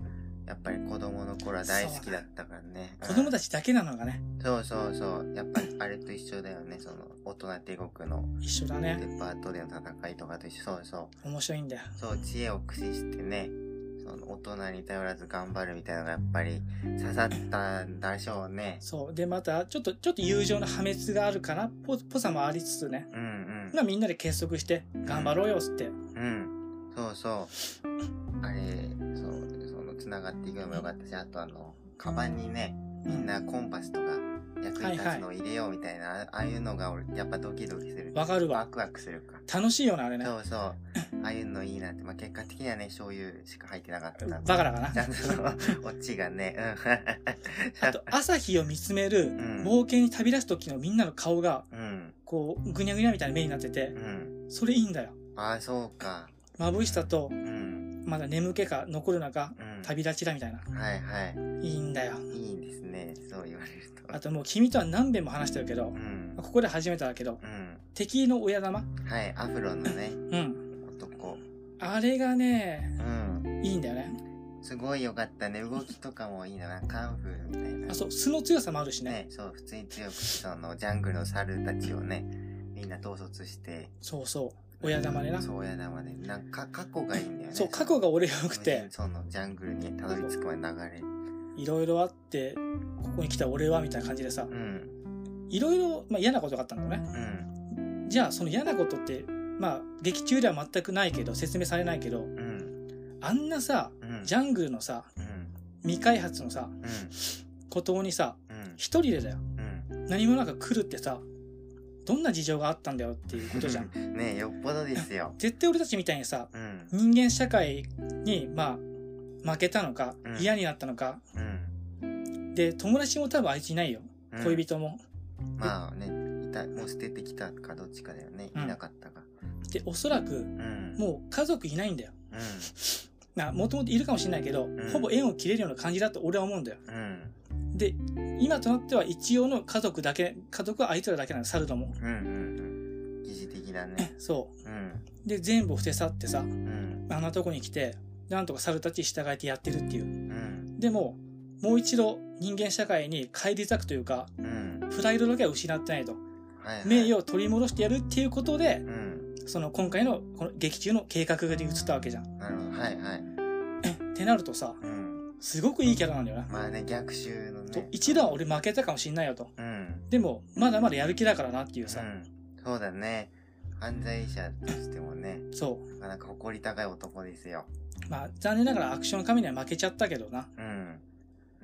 Speaker 1: やっぱり子供の頃は大好きだったからね
Speaker 2: 子供
Speaker 1: だ
Speaker 2: たちだけなのがね
Speaker 1: そうそうそうやっぱあれと一緒だよねその大人帝国の
Speaker 2: 一緒だ
Speaker 1: デ
Speaker 2: ね
Speaker 1: パートでの戦いとかと一緒そうそう
Speaker 2: 面白いんだよ
Speaker 1: そう知恵を駆使してねその大人に頼らず頑張るみたいなのがやっぱり刺さったんでしょうね
Speaker 2: そうでまたちょっとちょっと友情の破滅があるからぽぽさもありつつね
Speaker 1: うん
Speaker 2: まあみんなで結束して頑張ろうよっつって
Speaker 1: うんうんそうそうあれそうそのつながっていくのもよかったしあとあのカバンにねみんなコンパスとか役に立つのを入れようみたいな、あああいうのが俺やっぱドキドキする
Speaker 2: わかる
Speaker 1: ワ
Speaker 2: わ
Speaker 1: クワクするか
Speaker 2: 楽しいよなあれね
Speaker 1: そうそうああいうのいいなって、まあ、結果的にはね醤油しか入ってなかったんで
Speaker 2: バカ だからな
Speaker 1: ちゃんとそのオチがねうん
Speaker 2: あと朝日を見つめる
Speaker 1: ん
Speaker 2: 冒険に旅立つ時のみんなの顔が
Speaker 1: うん
Speaker 2: こうぐにゃぐにゃみたいな目になってて
Speaker 1: うん
Speaker 2: それいいんだよ
Speaker 1: ああそうか
Speaker 2: 眩しさと
Speaker 1: うん
Speaker 2: まだ眠気か残る中
Speaker 1: うん
Speaker 2: 旅立ちだみたいな
Speaker 1: はいはい
Speaker 2: いいんだよ
Speaker 1: いいですねそう言われると
Speaker 2: あともう君とは何遍も話してるけど
Speaker 1: うん
Speaker 2: ここで初めてだけど
Speaker 1: うん
Speaker 2: 敵の親玉
Speaker 1: はいアフロのね
Speaker 2: うん
Speaker 1: 男
Speaker 2: あれがね
Speaker 1: うん
Speaker 2: いいんだよね
Speaker 1: すごい良かったね動きとかもいいななんかカンフーみたいな
Speaker 2: あそう素の強さもあるしね
Speaker 1: ねそう普通に強くそのジャングルの猿たちをねみんな統率して
Speaker 2: そうそう親玉でな
Speaker 1: そう親玉でなんか過去がいいんだよね
Speaker 2: そう過去が俺が良くて
Speaker 1: そのジャングルにたどり着くまで流れ
Speaker 2: いろいろあってここに来た俺はみたいな感じでさ
Speaker 1: うん
Speaker 2: いろいろまあ嫌なことがあったんだよね
Speaker 1: うん
Speaker 2: じゃあその嫌なことってまあ劇中では全くないけど説明されないけど
Speaker 1: うん
Speaker 2: あんなさ
Speaker 1: うん
Speaker 2: ジャングルのさ
Speaker 1: うん
Speaker 2: 未開発のさ
Speaker 1: うん
Speaker 2: 孤島にさ
Speaker 1: うん
Speaker 2: 一人でだよ
Speaker 1: うん
Speaker 2: 何もなく来るってさどんな事情があったんだよっていうことじゃん
Speaker 1: ねえよっぽどですよ
Speaker 2: 絶対俺たちみたいにさ
Speaker 1: うん
Speaker 2: 人間社会にまあ負けたのか
Speaker 1: うん
Speaker 2: 嫌になったのか、
Speaker 1: うん
Speaker 2: で友達も多分あいついないよ
Speaker 1: うん
Speaker 2: 恋人も、
Speaker 1: まあねいたもう捨ててきたかどっちかだよねい
Speaker 2: うん
Speaker 1: なかったか
Speaker 2: でおそらく
Speaker 1: うんう
Speaker 2: もう家族いないんだよ
Speaker 1: う
Speaker 2: なもともといるかもしれないけど、
Speaker 1: ん
Speaker 2: ほぼ縁を切れるような感じだと俺は思うんだよ
Speaker 1: んうん
Speaker 2: で今となっては一応の家族だけ家族はあいつらだけなの猿ども
Speaker 1: うんうんうん疑似的だね
Speaker 2: そ
Speaker 1: うん
Speaker 2: うで全部捨て去ってさ
Speaker 1: うん
Speaker 2: あんなとこに来てなんとか猿たちに従えてやってるっていう
Speaker 1: うん
Speaker 2: でももう一度人間社会に返り咲くというか
Speaker 1: うん
Speaker 2: プライドだけは失ってないと
Speaker 1: はいはい
Speaker 2: 名誉を取り戻してやるっていうことで
Speaker 1: うん
Speaker 2: その今回のこの劇中の計画が移ったわけじゃん。
Speaker 1: なるほどはいはい
Speaker 2: ってなるとさ
Speaker 1: うん
Speaker 2: すごくいいキャラなんだよな。
Speaker 1: まあね逆襲の
Speaker 2: と
Speaker 1: ね
Speaker 2: 一度は俺負けたかもしんないよと
Speaker 1: うん
Speaker 2: でもまだまだやる気だからなっていうさ、
Speaker 1: うんそうだね犯罪者としてもね
Speaker 2: そ
Speaker 1: なかなか誇り高い男ですよ
Speaker 2: うまあ残念ながらアクションの神には負けちゃったけどな
Speaker 1: うん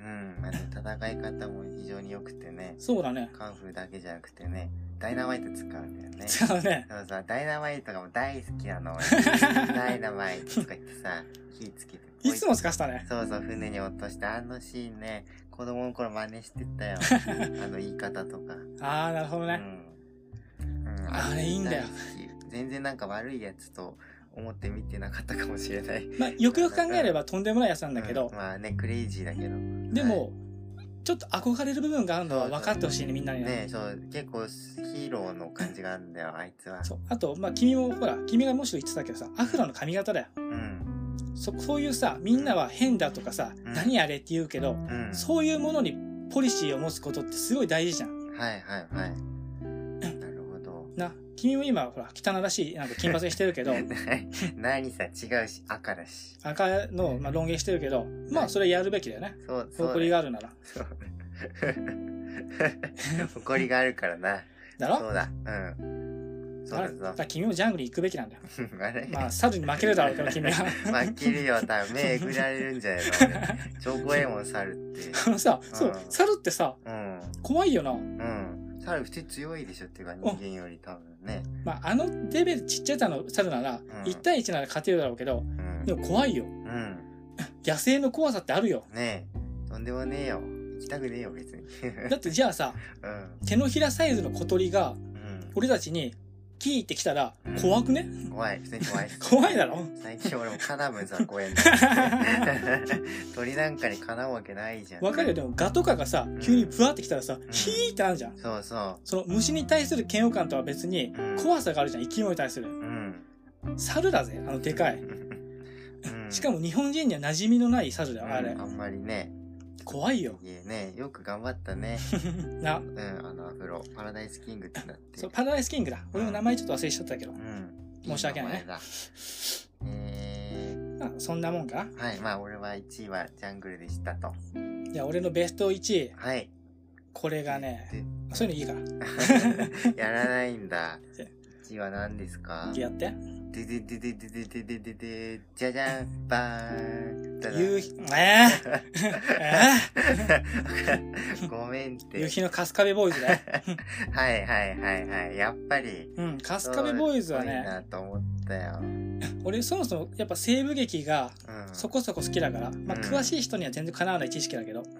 Speaker 1: うんまあね戦い方も非常に良くてね
Speaker 2: そうだね
Speaker 1: カンフーだけじゃなくてねダイナマイト使うんだよ ね
Speaker 2: そうだね
Speaker 1: そうそうダイナマイトがもう大好きなの ダイナマイトとか言ってさ火つけて
Speaker 2: いつも使ってたね
Speaker 1: そうそう船に落としてあのシーンね子供の頃真似してたよあの言い方とか、
Speaker 2: ああなるほど
Speaker 1: う
Speaker 2: ね、
Speaker 1: んうん
Speaker 2: あれいいんだよ
Speaker 1: 大好き全然なんか悪いやつと思って見てなかったかもしれない
Speaker 2: まあよくよく考えればとんでもないやつなんだけど
Speaker 1: う、んまあねクレイジーだけど
Speaker 2: でもちょっと憧れる部分があるのは分かってほしいねみんなにね
Speaker 1: ねそう結構ヒーローの感じがあるんだよあいつは
Speaker 2: そうあとまあ君もほら君がむしろ言ってたけどさアフロの髪型だよ
Speaker 1: うん
Speaker 2: そそういうさみんなは変だとかさ、
Speaker 1: ん
Speaker 2: 何あれって言うけど、
Speaker 1: うん
Speaker 2: そういうものにポリシーを持つことってすごい大事じゃん。
Speaker 1: はいはいはい。なるほど。
Speaker 2: な君も今ほら汚らしいなんか金髪にしてるけど
Speaker 1: 何さ違うし赤だし。
Speaker 2: 赤の、まあ、論言してるけどまあそれやるべきだよね
Speaker 1: そうそう。
Speaker 2: 誇りがあるなら
Speaker 1: そう。 誇りがあるからな。
Speaker 2: だ
Speaker 1: そ
Speaker 2: ろ
Speaker 1: うだ。うん。そう
Speaker 2: あ
Speaker 1: だ
Speaker 2: れだ
Speaker 1: ぞ
Speaker 2: か。ら君もジャングル行くべきなんだよ
Speaker 1: あれ
Speaker 2: まあ猿に負けるだろうけ ど君は
Speaker 1: 負けるよ。多分目えぐられるんじゃないの俺超怖いもん、猿って。
Speaker 2: あのさそううん猿ってさ
Speaker 1: うん。
Speaker 2: 怖いよな、
Speaker 1: うん。猿普通強いでしょっていうか、人間より多分ね。
Speaker 2: まあ、あのレベルちっちゃいの猿なら
Speaker 1: ん
Speaker 2: 1対1なら勝てるだろうけど
Speaker 1: うん。
Speaker 2: でも怖いよ
Speaker 1: うん。
Speaker 2: 野生の怖さってあるよ
Speaker 1: ねえ。とんでもねえよ。行きたくねえよ、別に。
Speaker 2: だってじゃ あさ
Speaker 1: うん。
Speaker 2: 手のひらサイズの小鳥が
Speaker 1: うん。
Speaker 2: 俺たちにキーってきたら怖くね、
Speaker 1: 怖い普通に怖いっす
Speaker 2: 怖いだろ
Speaker 1: 最近俺もかなむんさ公園で 鳥なんかにかなうわけないじゃん
Speaker 2: わかるよでもガとかがさ急にブワーってきたらさ
Speaker 1: ん
Speaker 2: ヒーってなるじゃん
Speaker 1: そうそ
Speaker 2: その虫に対する嫌悪感とは別に
Speaker 1: うん
Speaker 2: 怖さがあるじゃん生き物に対す
Speaker 1: う
Speaker 2: る
Speaker 1: うん
Speaker 2: 猿だぜあのでかい
Speaker 1: うん
Speaker 2: しかも日本人には馴染みのない猿だ
Speaker 1: うん
Speaker 2: よあれ
Speaker 1: あんまりね
Speaker 2: 怖いよ
Speaker 1: いえねよく頑張ったね
Speaker 2: な
Speaker 1: うんあのアフロパラダイスキングってなって
Speaker 2: そうパラダイスキングだ俺も名前ちょっと忘れちゃったけど
Speaker 1: うん
Speaker 2: 申し訳ないね
Speaker 1: い名前だえ
Speaker 2: まあそんなもんか
Speaker 1: ー、はいまあ俺は1位はジャングルでしたと
Speaker 2: なじゃあ俺のベスト1位
Speaker 1: はい
Speaker 2: これがねそういうのいいから
Speaker 1: でやらないんだ1位は何ですか
Speaker 2: やって
Speaker 1: ででででででででででじゃじゃんばーん
Speaker 2: 夕日えええ
Speaker 1: ごめんっ
Speaker 2: え
Speaker 1: て
Speaker 2: 夕日のカスカベボーイズだよ
Speaker 1: はいはいはいはいやっぱり
Speaker 2: うんカスカベボーイズは
Speaker 1: そういい
Speaker 2: ね
Speaker 1: なと思ったよ、うん、
Speaker 2: 俺そもそもやっぱ西部劇がそこそこ好きだから、まあ、
Speaker 1: うん
Speaker 2: 詳しい人には全然かなわない知識だけど、
Speaker 1: うん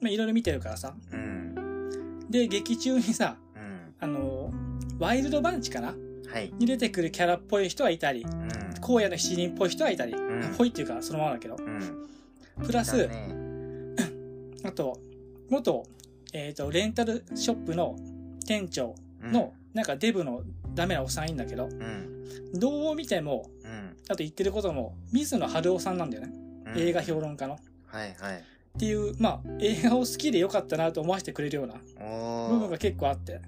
Speaker 2: まあ、いろいろ見てるからさ
Speaker 1: うん
Speaker 2: で劇中にさ
Speaker 1: うん
Speaker 2: あのワイルドバンチかな
Speaker 1: はい
Speaker 2: に出てくるキャラっぽい人はいたり
Speaker 1: うん
Speaker 2: 荒野の七人っぽい人はいたり、
Speaker 1: ん
Speaker 2: ぽいっていうかそのままだけど
Speaker 1: うん
Speaker 2: プラ
Speaker 1: だ
Speaker 2: ス、
Speaker 1: ね
Speaker 2: あと元、えー、とレンタルショップの店長
Speaker 1: うん
Speaker 2: の、なんかデブのダメなおっさんいいんだけど
Speaker 1: うん
Speaker 2: どう見ても
Speaker 1: うん
Speaker 2: あと言ってることも水野晴夫さんなんだよね、
Speaker 1: うん
Speaker 2: 映画評論家の。
Speaker 1: はいはい
Speaker 2: っていうまあ映画を好きでよかったなと思わせてくれるような
Speaker 1: お
Speaker 2: 部分が
Speaker 1: お
Speaker 2: 結構あっ
Speaker 1: は
Speaker 2: て
Speaker 1: い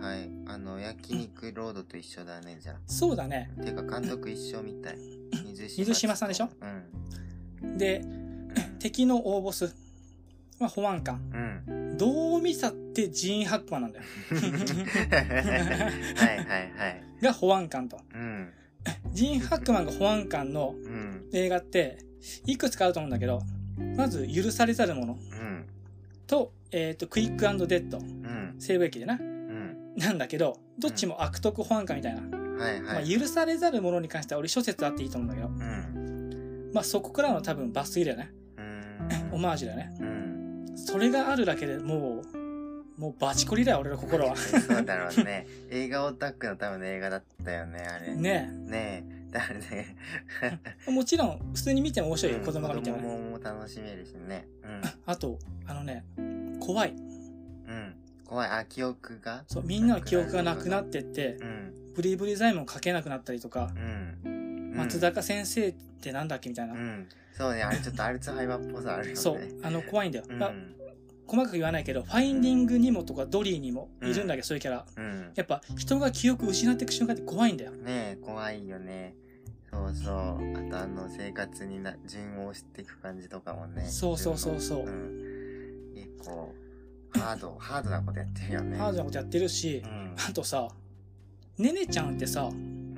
Speaker 1: はいあの焼肉ロードと一緒だねじゃ
Speaker 2: そうだね
Speaker 1: あてか監督一緒みたい水
Speaker 2: 水島さんでしょ
Speaker 1: うん
Speaker 2: で敵の大ボス、まあ、保安官
Speaker 1: うんうん
Speaker 2: どう見たってジーン・ハックマンな んだよ
Speaker 1: はいはいはい。
Speaker 2: が保安官と
Speaker 1: うん。
Speaker 2: ジーン・ハックマンが保安官の
Speaker 1: うん。
Speaker 2: 映画っていくつかあると思うんだけどまず許されざるもの
Speaker 1: うん。
Speaker 2: と,、えー、とクイックデッド
Speaker 1: うん。
Speaker 2: 西部劇でな
Speaker 1: うん。
Speaker 2: なんだけど、どっちも悪徳保安官みたいな。
Speaker 1: はい
Speaker 2: ま
Speaker 1: は
Speaker 2: あ、
Speaker 1: い。
Speaker 2: 許されざるものに関しては俺諸説あっていいと思うんだけど、
Speaker 1: うん。
Speaker 2: まあそこからの多分抜粋だよね。
Speaker 1: う
Speaker 2: オ
Speaker 1: ん。
Speaker 2: マージュだよね。
Speaker 1: うん。
Speaker 2: それがあるだけでもう、もうバチコリだよ、俺の 心は。
Speaker 1: そうだろうね。映画オタクのための映画だったよね、あれ。
Speaker 2: ね
Speaker 1: ねえ。だからね。
Speaker 2: え。もちろん、普通に見ても面白いよ、
Speaker 1: うん
Speaker 2: 子供が見ても
Speaker 1: 子
Speaker 2: ね。
Speaker 1: 供も楽しめるしね。
Speaker 2: あと、あのね、怖い。
Speaker 1: うん。うん。怖い。あ、記憶が
Speaker 2: そう、みんなの記憶がなくなってって
Speaker 1: う、ん。
Speaker 2: ブリブリ財門書けなくなったりとか、
Speaker 1: うん。
Speaker 2: 松坂先生ってなんだっけみたいな
Speaker 1: う。ん。そうね。あれちょっとアルツハイマーっぽさあるよね。
Speaker 2: そう、あの、怖いんだよ。
Speaker 1: うん。
Speaker 2: まあ細かく言わないけど、ファインディングにもとかドリーにもいるんだけど、そういうキャラ。
Speaker 1: うん。
Speaker 2: やっぱ、人が記憶失っていく瞬間って怖いんだよ。
Speaker 1: ねえ、怖いよね。そうそう。あとあの生活にな順応していく感じとかもね。
Speaker 2: そうそうそうそう
Speaker 1: う。ん。結構、ハード、 ハードなことやってるよね。
Speaker 2: ハードなことやってるし、
Speaker 1: うん。
Speaker 2: あとさ、ねねちゃんってさ、
Speaker 1: うん。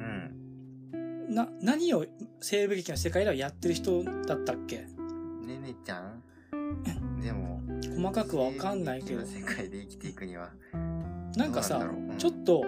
Speaker 2: な、何を西部劇の世界ではやってる人だったっけ
Speaker 1: ねねちゃんでも、
Speaker 2: 細かくはわかんないけど
Speaker 1: 生、理の世界で生きていくには。
Speaker 2: なんか
Speaker 1: どう
Speaker 2: さ
Speaker 1: んだろううん、
Speaker 2: ちょっと、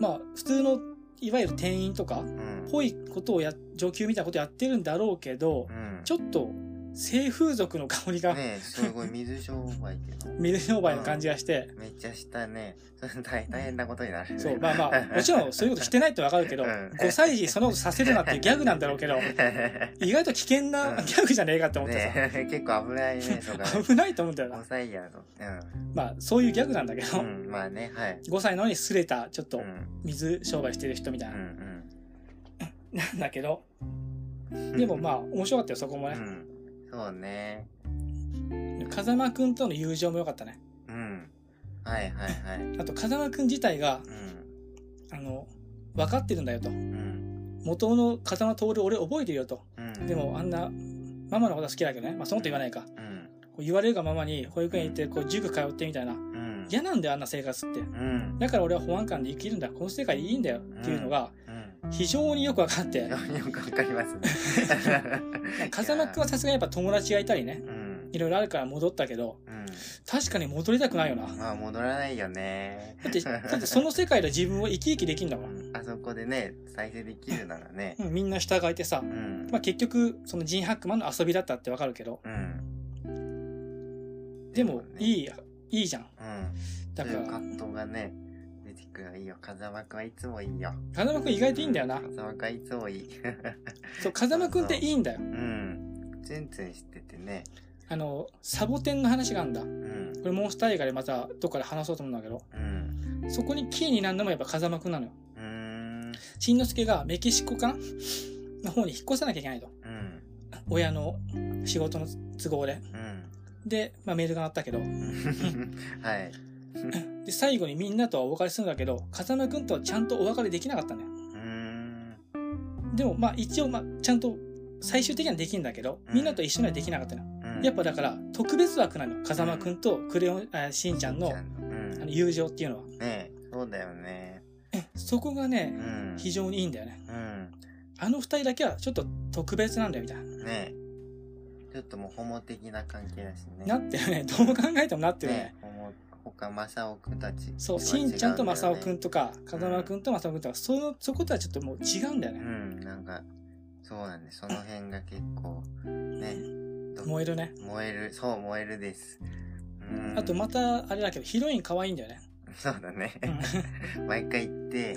Speaker 2: まあ、普通の、いわゆる店員とか、
Speaker 1: うん。
Speaker 2: ぽいことをや、上級みたいなことやってるんだろうけど、
Speaker 1: うん。
Speaker 2: ちょっと、性風俗の香りが、
Speaker 1: ねえ、すごい水商売っていうの
Speaker 2: 水商売の感じがして、
Speaker 1: めっちゃしたね。 それ大大変なことになるね。
Speaker 2: そう、まあまあ、もちろんそういうことしてないってわかるけど、
Speaker 1: うん、
Speaker 2: 5歳児そのことさせるなっていうギャグなんだろうけど
Speaker 1: ね
Speaker 2: 意外と危険な
Speaker 1: うん
Speaker 2: ギャグじゃねえかって思ってさ、
Speaker 1: え、結構危 ないね、そうか。
Speaker 2: 危ないと思うんだよな
Speaker 1: 5。歳やと。
Speaker 2: まあ、そういうギャグなんだけど、
Speaker 1: うん。うん、まあね、はい。
Speaker 2: 5歳のにすれた、ちょっ
Speaker 1: う
Speaker 2: と
Speaker 1: ん。
Speaker 2: 水商売してる人みた
Speaker 1: う
Speaker 2: いな、
Speaker 1: ん
Speaker 2: なんだけど、
Speaker 1: うん。
Speaker 2: でもまあ、面白かったよ、そこも
Speaker 1: う
Speaker 2: ね。
Speaker 1: ん。そうね。
Speaker 2: 風間くんとの友情も良かったね。
Speaker 1: うん。はいはいはい。う
Speaker 2: あと、風間くん自体が、
Speaker 1: ん。
Speaker 2: あの、分かってるんだよと。
Speaker 1: うん。
Speaker 2: 元の風間徹俺覚えてるよと。
Speaker 1: うん。
Speaker 2: でも、あんな、ママのことは好きだけどね。まあ、そのこと言わないか。
Speaker 1: うん。
Speaker 2: こう言われるがままに、保育園行って、こう、塾通ってみたいな。
Speaker 1: うん。
Speaker 2: 嫌なんだよ、あんな生活って。
Speaker 1: うん。
Speaker 2: だから俺は保安官で生きるんだ。この世界でいいんだよ。っていうのが、
Speaker 1: うん。
Speaker 2: 非常によく分かって。
Speaker 1: よくわかります ね。
Speaker 2: 風間くんはさすがにやっぱ友達がいたりね。
Speaker 1: うん。
Speaker 2: いろいろあるから戻ったけど、
Speaker 1: うん。
Speaker 2: 確かに戻りたくないよな。だ
Speaker 1: まあ戻らないよね。
Speaker 2: って、だってその世界で自分を生き生きできんだもん。
Speaker 1: あそこでね、再生できるならね。
Speaker 2: うんみんな従えてさ
Speaker 1: う。ん。
Speaker 2: まあ結局、そのジン・ハックマンの遊びだったってわかるけど、
Speaker 1: うん。
Speaker 2: でも
Speaker 1: い。
Speaker 2: いい、いいじゃん。
Speaker 1: うん。
Speaker 2: だか
Speaker 1: そういう
Speaker 2: ら、
Speaker 1: 葛藤がね、出てくるのいいよ。風間くんはいつもいいよ。
Speaker 2: 風間くん意外といいんだよな。
Speaker 1: 風間くんはいつもいい。
Speaker 2: そう、風間くんっていいんだよ。
Speaker 1: うん。ツンツンしててね。
Speaker 2: あの、サボテンの話があるんだ。こ
Speaker 1: うん。
Speaker 2: れモンスター映画でまたどっかで話そうと思うんだけど、
Speaker 1: うん。
Speaker 2: そこにキーになるのもやっぱ風間くんなのよ。
Speaker 1: うーん。
Speaker 2: しんのすけがメキシコかな の方に引っ越さなきゃいけないと。
Speaker 1: うん。
Speaker 2: 親の仕事の都合で。
Speaker 1: うん。
Speaker 2: で、まあメールが鳴ったけど、
Speaker 1: はい。
Speaker 2: で、最後にみんなとはお別れするんだけど、風間くんとはちゃんとお別れできなかったのよ。
Speaker 1: うーん。
Speaker 2: でも、まあ一応、まあちゃんと最終的にはできるんだけど、みんなと一緒にはできなかったのよ。
Speaker 1: うん
Speaker 2: やっぱだから、特別枠なのよ。風間くんとクレヨン、あしんちゃんの
Speaker 1: う
Speaker 2: あ
Speaker 1: ん
Speaker 2: の
Speaker 1: ね
Speaker 2: 友情っていうのは。
Speaker 1: えそうだよね。
Speaker 2: そこが
Speaker 1: う
Speaker 2: ね、
Speaker 1: ん。
Speaker 2: 非常にいいんだよね。
Speaker 1: うん。
Speaker 2: あの二人だけはちょっと特別なんだよ、みたいな。
Speaker 1: ねえちょっともうホモ的な関係だしね。
Speaker 2: なってるね。 どう考えてもなってるね。
Speaker 1: え、ホモ、他、マサオくんたち。
Speaker 2: そう、しんちゃんとまさおくん
Speaker 1: と。
Speaker 2: とか、風間くんとまさおくんとか、その、そことはちょっともう違うんだよ
Speaker 1: う
Speaker 2: ね。
Speaker 1: ん、なんか、そうなんで、その辺が結構、ね、
Speaker 2: 燃えるね。
Speaker 1: 燃える、そう、燃えるです。うん
Speaker 2: あと、また、あれだけど、ヒロイン可愛いんだよね。
Speaker 1: そうだね。
Speaker 2: う
Speaker 1: 毎回言って、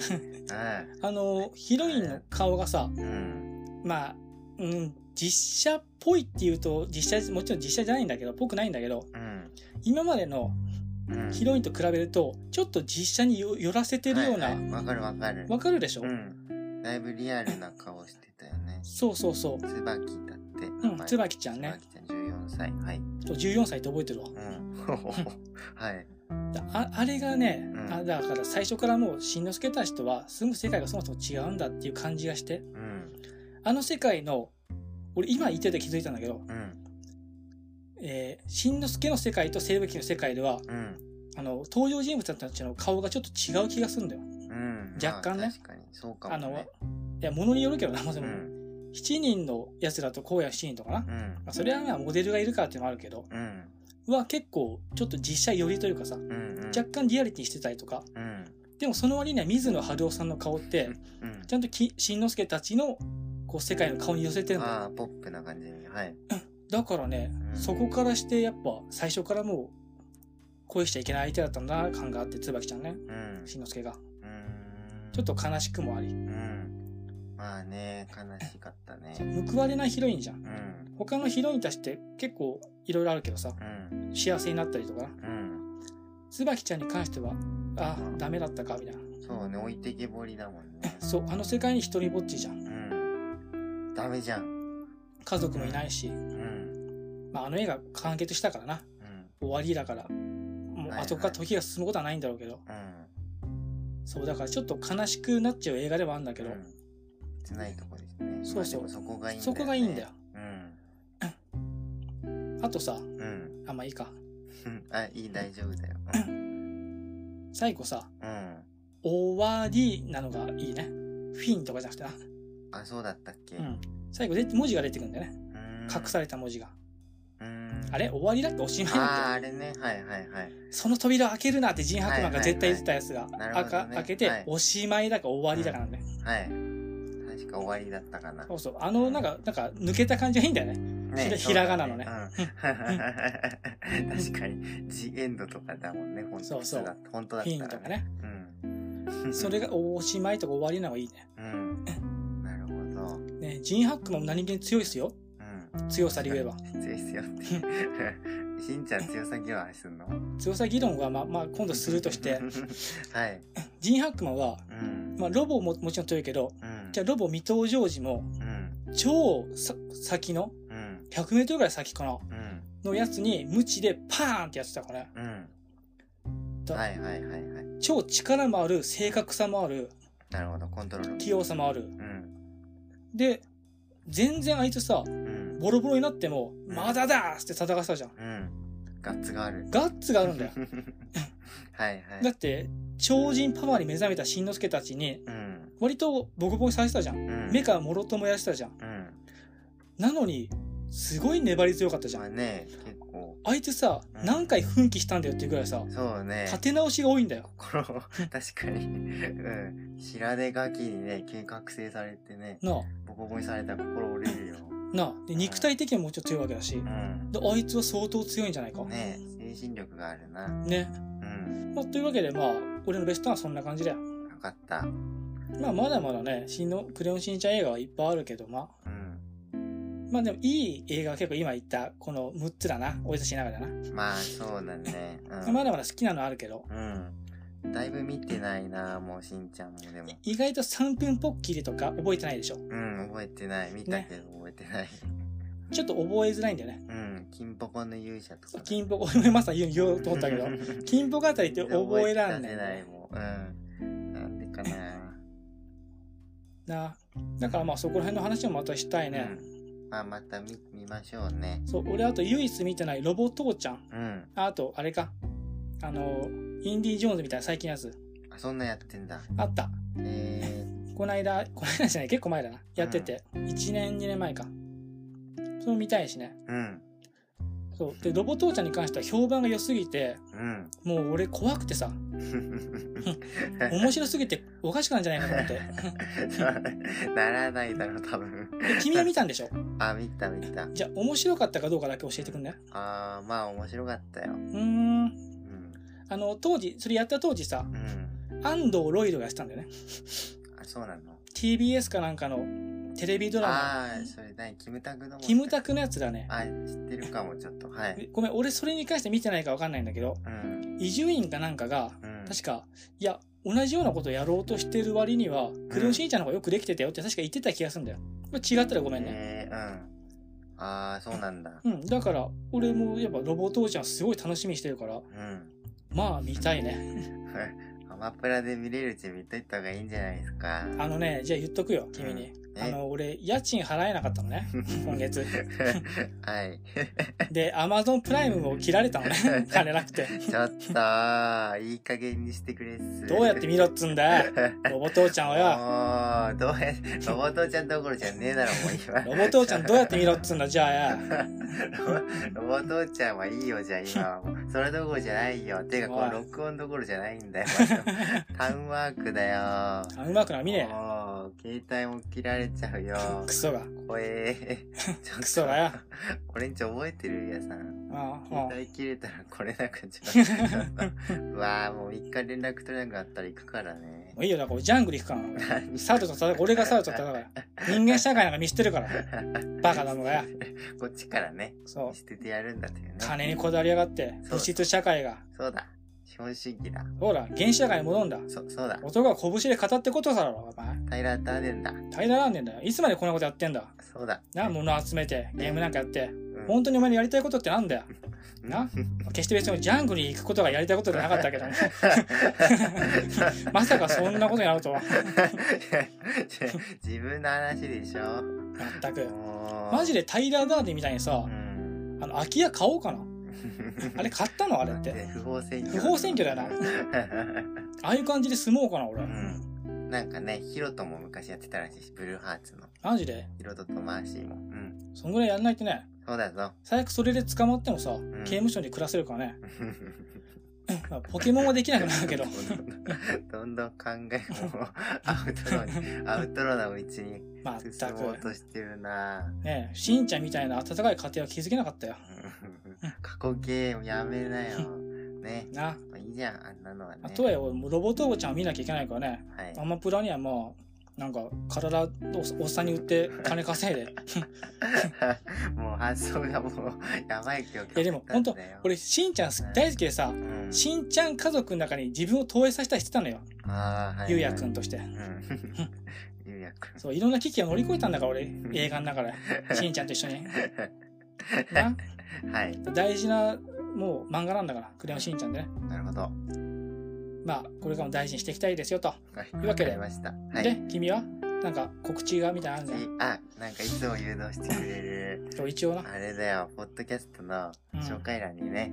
Speaker 1: ああ、
Speaker 2: あの、ヒロインの顔がさ、
Speaker 1: うん、
Speaker 2: まあ、うん、実写っぽいっていうと、実写、もちろん実写じゃないんだけど、ぽくないんだけど、
Speaker 1: うん、
Speaker 2: 今までの
Speaker 1: うん。
Speaker 2: ヒロインと比べると、ちょっと実写によ寄らせてるよう
Speaker 1: は
Speaker 2: ない
Speaker 1: は、いわかるわかる。
Speaker 2: わかるでしょ
Speaker 1: うん。だいぶリアルな顔してたよね。
Speaker 2: そうそうそう。
Speaker 1: 椿だって。
Speaker 2: うん、椿ちゃんね。
Speaker 1: 椿ちゃん14歳。はい。
Speaker 2: と14歳って覚えてるわ
Speaker 1: う。ん。はい。
Speaker 2: だああれがね、
Speaker 1: うん
Speaker 2: あだから最初からもう、しんのすけたちとは、住む世界がそもそも違うんだっていう感じがして、
Speaker 1: うん。
Speaker 2: あの世界の、俺今言ってて気づいたんだけど、
Speaker 1: うん。
Speaker 2: えー、しんのすけの世界と西部劇の世界では、
Speaker 1: うん。
Speaker 2: あの、登場人物たちの顔がちょっと違う気がするんだよ。
Speaker 1: うん。
Speaker 2: 若干ね
Speaker 1: まあ確かに。そうかも、
Speaker 2: あ
Speaker 1: ね。
Speaker 2: の、いや、ものによるけどな、まあ、
Speaker 1: う
Speaker 2: でも、
Speaker 1: ん。
Speaker 2: 7人のやつらと荒野7人とかな。ま
Speaker 1: うん。
Speaker 2: あ、それはまあモデルがいるからっていうのもあるけど、
Speaker 1: うん。
Speaker 2: は結構、ちょっと実写寄りというかさ、
Speaker 1: うん。うん。
Speaker 2: 若干リアリティしてたりとか、
Speaker 1: うん。
Speaker 2: でもその割には水野晴夫さんの顔って
Speaker 1: うん
Speaker 2: ちゃんときしんのすけたちのこう世界の顔に寄せてるんだよ
Speaker 1: ああポップな感じにはい
Speaker 2: だからね、
Speaker 1: うん
Speaker 2: そこからしてやっぱ最初からもう恋しちゃいけない相手だったんだな感があって椿ちゃんね
Speaker 1: うん
Speaker 2: しんのすけが
Speaker 1: うーん
Speaker 2: ちょっと悲しくもあり
Speaker 1: うんまあね悲しかったね
Speaker 2: 報われないヒロインじゃん
Speaker 1: うん
Speaker 2: 他のヒロインたちって結構いろいろあるけどさ
Speaker 1: うん
Speaker 2: 幸せになったりとかな
Speaker 1: うん
Speaker 2: 椿ちゃんに関してはああダメだったかみたいな
Speaker 1: そうね置いてけぼりだもんね
Speaker 2: そうあの世界に一人ぼっちじゃん
Speaker 1: うんダメじゃん
Speaker 2: 家族もいないし、
Speaker 1: うん
Speaker 2: まあ、あの映画完結したからな
Speaker 1: うん
Speaker 2: 終わりだからもう
Speaker 1: はいはい
Speaker 2: あとから時が進むことはないんだろうけど、
Speaker 1: うん
Speaker 2: そうだからちょっと悲しくなっちゃう映画ではあるんだけど、
Speaker 1: うん切ないとこですね
Speaker 2: そうそう
Speaker 1: まあでもそこがいいんだよ、ね、
Speaker 2: そこがいいんだよ
Speaker 1: うん
Speaker 2: あとさ
Speaker 1: うん
Speaker 2: あまあいいか
Speaker 1: うんあいい大丈夫だよ
Speaker 2: 最後さ
Speaker 1: うん
Speaker 2: 「終わり」なのがいいねフィンとかじゃなくてな、
Speaker 1: あそうだったっけ、
Speaker 2: うん、最後で文字が出てくるんだよね
Speaker 1: うん
Speaker 2: 隠された文字が、
Speaker 1: うーん
Speaker 2: あれ終わりだっておしまい
Speaker 1: あー
Speaker 2: だっ
Speaker 1: あれねはいはいはい
Speaker 2: てその扉開けるなってジン・ハクマンが絶対言ってたやつが、
Speaker 1: いはいはいな
Speaker 2: あか
Speaker 1: るほどね
Speaker 2: 開けて、
Speaker 1: はい
Speaker 2: おしまいだか終わりだかなんだよ、
Speaker 1: はい確か終わりだったかな
Speaker 2: そうそうあのなんかなんか抜けた感じがいいんだよねひら
Speaker 1: そうだ
Speaker 2: ひらがなのね
Speaker 1: うん 確かにジエンドとかだもんね本当
Speaker 2: そうそう
Speaker 1: 普通だ本当だ
Speaker 2: フィン
Speaker 1: っ
Speaker 2: と
Speaker 1: た
Speaker 2: からね
Speaker 1: うん
Speaker 2: それがおしまいとか終わりなのがいいね
Speaker 1: うんなるほどう
Speaker 2: ねジン・ハックマンも何気に強いっす
Speaker 1: ん
Speaker 2: よ強さで言えば
Speaker 1: 強いっすよ ってしんちゃん強さぎはすんの
Speaker 2: 強さ議論は、まあまあ、今度するとして
Speaker 1: はい
Speaker 2: ジン・ハックマンは、
Speaker 1: うん
Speaker 2: まあ、ロボももちろん強いけど
Speaker 1: うん
Speaker 2: じゃあロボ未踏常時も
Speaker 1: うん
Speaker 2: 超さ先の
Speaker 1: うん
Speaker 2: 1 0 0ルぐらい先かな
Speaker 1: うん
Speaker 2: のやつに無知でパーンってやってたからね
Speaker 1: うん
Speaker 2: だ
Speaker 1: はいはいはいはい
Speaker 2: 超力もある正確さもある
Speaker 1: なるほどコントロール
Speaker 2: 器用さもある
Speaker 1: うん
Speaker 2: で全然あいつさ
Speaker 1: うん
Speaker 2: ボロボロになっても「まだだ!」って戦ってたじゃん
Speaker 1: うんガッツがある
Speaker 2: ガッツがあるんだよ
Speaker 1: はいはい
Speaker 2: だって超人パワーに目覚めたしんのすけたちに
Speaker 1: うん
Speaker 2: 割とボコボコにされてたじゃん
Speaker 1: うん
Speaker 2: 目からもろともやしてたじゃん
Speaker 1: うん
Speaker 2: なのに、すごい粘り強かったじゃ
Speaker 1: まあ
Speaker 2: ん。
Speaker 1: ね結構
Speaker 2: 相手さ、
Speaker 1: うん
Speaker 2: 何回奮起したんだよっていうぐらいさ、
Speaker 1: そうね
Speaker 2: 立て直しが多いんだよ。
Speaker 1: 心を確かにうん白出ガキにね計画性されてね
Speaker 2: なあ、
Speaker 1: ボコボコにされたら心折れるよ
Speaker 2: なあ。で、
Speaker 1: うん
Speaker 2: 肉体的にはもうちょっと強いわけだし
Speaker 1: う、ん
Speaker 2: で、あいつは相当強いんじゃないか。ね。
Speaker 1: ね精神力があるなうん
Speaker 2: まあ、というわけで、まあ、俺のベストはそんな感じだよ。
Speaker 1: 分かった
Speaker 2: まあ、まだまだね、しんの、クレヨンしんちゃん映画はいっぱいあるけど、まあ、
Speaker 1: うん
Speaker 2: まあでもいい映画は結構今言った、この6つだな。俺たちの中でな。
Speaker 1: まあそうだねうん
Speaker 2: まだまだ好きなのあるけど、
Speaker 1: うんだいぶ見てないなもうしんちゃんもでも
Speaker 2: 意外と3分ポッキリとか覚えてないでしょ。
Speaker 1: うん覚えてない見たけど覚えてない
Speaker 2: ちょっと覚えづらいんだよね。
Speaker 1: うん金ポコの勇者とか
Speaker 2: 金ポコ、俺もまさに言おうと思った けど。金ポコあたりって覚えらんね
Speaker 1: 覚
Speaker 2: ん
Speaker 1: えられないもんうんなんでかな
Speaker 2: なだからまあそこら辺の話をまたしたいね、
Speaker 1: うん、まあまた見見ましょうね
Speaker 2: そう俺あと唯一見てないロボ父ちゃん
Speaker 1: うん
Speaker 2: ああとあれかあのインディ・ジョーンズみたいな最近のやつ
Speaker 1: あそんなやってんだ
Speaker 2: あった
Speaker 1: え
Speaker 2: こないだこないだじゃない結構前だなやってて、1年2年前かそれ見たいしね
Speaker 1: ー、うん
Speaker 2: そうでロボ父ちゃんに関しては評判が良すぎて
Speaker 1: うん
Speaker 2: もう俺怖くてさ面白すぎておかしくなんじゃないかと思って
Speaker 1: ならないだろ多分
Speaker 2: 君は見たんでしょ
Speaker 1: あ見た見た
Speaker 2: じゃあ面白かったかどうかだけ教えてくんね
Speaker 1: あーまあ面白かったよ
Speaker 2: うーん
Speaker 1: うん
Speaker 2: あの当時それやった当時さ
Speaker 1: うん
Speaker 2: 安藤ロイドがやってたんだよね
Speaker 1: あそうなの
Speaker 2: TBS かなんかのテレビドラマ
Speaker 1: ああそれ何キムタクの
Speaker 2: キムタクのやつだね
Speaker 1: あ知ってるかもちょっとはい
Speaker 2: ごめん俺それに関して見てないか分かんないんだけど
Speaker 1: うん
Speaker 2: 伊集院かなんかが
Speaker 1: うん
Speaker 2: 確かいや同じようなことやろうとしてる割にはクレヨンしんちゃんの方がよくできてたよって確か言ってた気がするんだよこれ違ったらごめんね、
Speaker 1: えー、うんああそうなんだ
Speaker 2: うん、だから俺もやっぱロボ父ちゃんすごい楽しみにしてるから
Speaker 1: うん
Speaker 2: まあ見たいね
Speaker 1: アマプラで見れるうち見といた方がいいんじゃないですか。
Speaker 2: あのねじゃあ言っとくよ君に、
Speaker 1: うん
Speaker 2: あの俺家賃払えなかったの ね今月
Speaker 1: はい。
Speaker 2: でアマゾンプライムも切られた のね金なくて
Speaker 1: ちょっと、いい加減にしてくれっす。
Speaker 2: どうや って見ろっつうんだよロボ父ちゃん
Speaker 1: お
Speaker 2: をよ
Speaker 1: ーどうや、ロボ父ちゃんどころじゃねえだろ、もう今。
Speaker 2: ロボ父ちゃんどうやって見ろっつうんだじゃあや
Speaker 1: ロボロボ父ちゃんはいいよ、じゃあ今はもう。それどころじゃないよ。てか、こ
Speaker 2: おい
Speaker 1: の録音どころじゃないんだよ。 タウンワークだよ。
Speaker 2: あうまくな見ね
Speaker 1: もう、携帯も切られちゃうよ。
Speaker 2: え。クソが。
Speaker 1: 怖え。ちょっと
Speaker 2: ク ソがよ。
Speaker 1: 俺んち覚えてるやさん。
Speaker 2: ああ、あ
Speaker 1: 携帯切れたら来れなくなっちゃう。 うわぁ、もう一回連絡取れなくなったら行くからね
Speaker 2: あ。も。ういいよ、なんか俺ジャングル行くからな。
Speaker 1: 何
Speaker 2: サルと戦う、俺がサルと戦うから。人間社会なんか見捨てるから。バカだもんがや。
Speaker 1: こっちからね、
Speaker 2: そう。
Speaker 1: 捨ててやるんだっていうね。
Speaker 2: 金にこだわりやがって、物質社会が。
Speaker 1: そうだ。資本主義だ。
Speaker 2: ほら、原始社会に戻んだ。
Speaker 1: そ、そうだ。
Speaker 2: 男が拳で語ってことさだろ、お前。
Speaker 1: タイラー・ダーデンだ。
Speaker 2: 平らなんでんだよ。いつまでこんなことやってんだ。
Speaker 1: そうだ。
Speaker 2: な、物集めて、ゲームなんかやって。
Speaker 1: うん
Speaker 2: 本当にお前のやりたいことってなんだよ。な決して別にジャングルに行くことがやりたいことじゃなか ったけ どね。まさかそんなことになるとは。
Speaker 1: 自分の話でしょ
Speaker 2: 全く。マ
Speaker 1: マ
Speaker 2: ジでタイラー・ダーデンみたいにさ
Speaker 1: う、ん
Speaker 2: あの、空き家買おうかな。あれ買ったのあれって。
Speaker 1: 不法占拠
Speaker 2: 不法占拠だよなああいう感じで住もうかな、
Speaker 1: う
Speaker 2: 俺。
Speaker 1: んなんかねヒロトも昔やってたらしいしブルーハーツの
Speaker 2: マジで。
Speaker 1: ヒロトとマーシーもうん
Speaker 2: そんぐらいやんないとね。
Speaker 1: そうだぞ
Speaker 2: 最悪それで捕まってもさ、刑務所に暮らせるからね。まあポケモンはできなくな るけど。
Speaker 1: どんどん考えもアウトローにアウトローな道に
Speaker 2: まあ、
Speaker 1: 進
Speaker 2: 全
Speaker 1: もう
Speaker 2: く。
Speaker 1: としてるな
Speaker 2: ねえ、しんちゃんみたいな温かい家庭は築けなかったよ。
Speaker 1: 過去ゲームやめなよね
Speaker 2: な。
Speaker 1: まあいいじゃんあんなのはね
Speaker 2: あとは俺もうロボット王ちゃんを見なきゃいけないからね。
Speaker 1: はい
Speaker 2: アマプラにはまあ、なんか体をおっさんに売って金稼いで。
Speaker 1: もう発想がもうやばい今日
Speaker 2: いやでも本当
Speaker 1: これ
Speaker 2: 俺、しんちゃん大好きでさ、しんちゃん家族の中に自分を投影させたりしてたのよ。
Speaker 1: あーはい
Speaker 2: ゆうやくんとして。
Speaker 1: うんゆうやくん
Speaker 2: そう、いろんな危機を乗り越えたんだから俺、映画の中で。しんちゃんと一緒に。な
Speaker 1: はい
Speaker 2: 大事な、もう漫画なんだから、クレヨンしんちゃんでね。
Speaker 1: なるほどは
Speaker 2: まあ、これからも大事にしていきたいですよと。
Speaker 1: い
Speaker 2: いうわけで
Speaker 1: わかりましたは
Speaker 2: で
Speaker 1: い、
Speaker 2: 君はなんか告知がみたいなのある
Speaker 1: 次あなんかいつも誘導してくれる
Speaker 2: じゃん。一応な。
Speaker 1: あれだよポッドキャストの
Speaker 2: うん
Speaker 1: 紹介欄にね、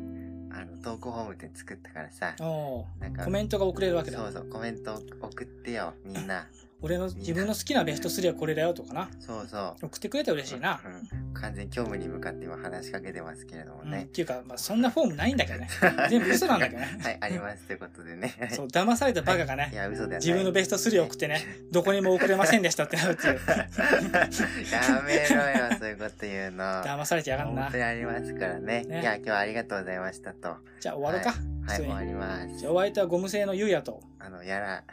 Speaker 1: あの投稿ホームって作ったからさ
Speaker 2: お
Speaker 1: なん
Speaker 2: ー
Speaker 1: か
Speaker 2: コメントが送れるわけ
Speaker 1: そう
Speaker 2: だ。
Speaker 1: そうコメント送ってよみん な
Speaker 2: 俺の自分の好きなベスト3はこれだよとかな。
Speaker 1: そうそう
Speaker 2: 送ってくれたら嬉しいな。
Speaker 1: うん完全に虚無に向かって今話しかけてますけれども
Speaker 2: うんっ
Speaker 1: ね、
Speaker 2: ていうか、まあ、そんなフォームないんだけどね。全部嘘なんだけどね
Speaker 1: はいありますということでね
Speaker 2: そう、騙されたバカが
Speaker 1: い
Speaker 2: ね、
Speaker 1: や嘘だよ
Speaker 2: 自分のベスト3を 送ってね、どこにも送れませんでしたってなるっていう。
Speaker 1: やめろよそういうこと言うの
Speaker 2: 騙されてやがん
Speaker 1: 本
Speaker 2: な
Speaker 1: 当。にありますからね
Speaker 2: ね
Speaker 1: いや今日はありがとうございましたとは
Speaker 2: じゃあ終わろうか。
Speaker 1: い
Speaker 2: 普通
Speaker 1: 終わ
Speaker 2: に。
Speaker 1: りま
Speaker 2: じ
Speaker 1: す
Speaker 2: ゃあお相手はゴム製のゆうやと、
Speaker 1: あのやら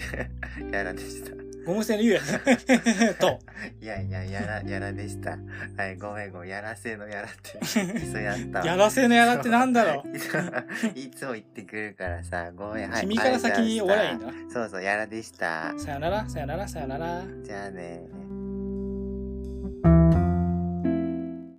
Speaker 1: やらでした
Speaker 2: ゴム製のゆうや と、
Speaker 1: いやいややらやらでしたはいごめんごめんやらせのやら って嘘やったわ
Speaker 2: やらせのやらってなんだろう。
Speaker 1: う いつも言ってくるからさごめんはい
Speaker 2: 君から先に終わらないいん
Speaker 1: だ
Speaker 2: だな。
Speaker 1: そうそうやらでした
Speaker 2: さよなら、さよなら、さよなら。
Speaker 1: じゃあね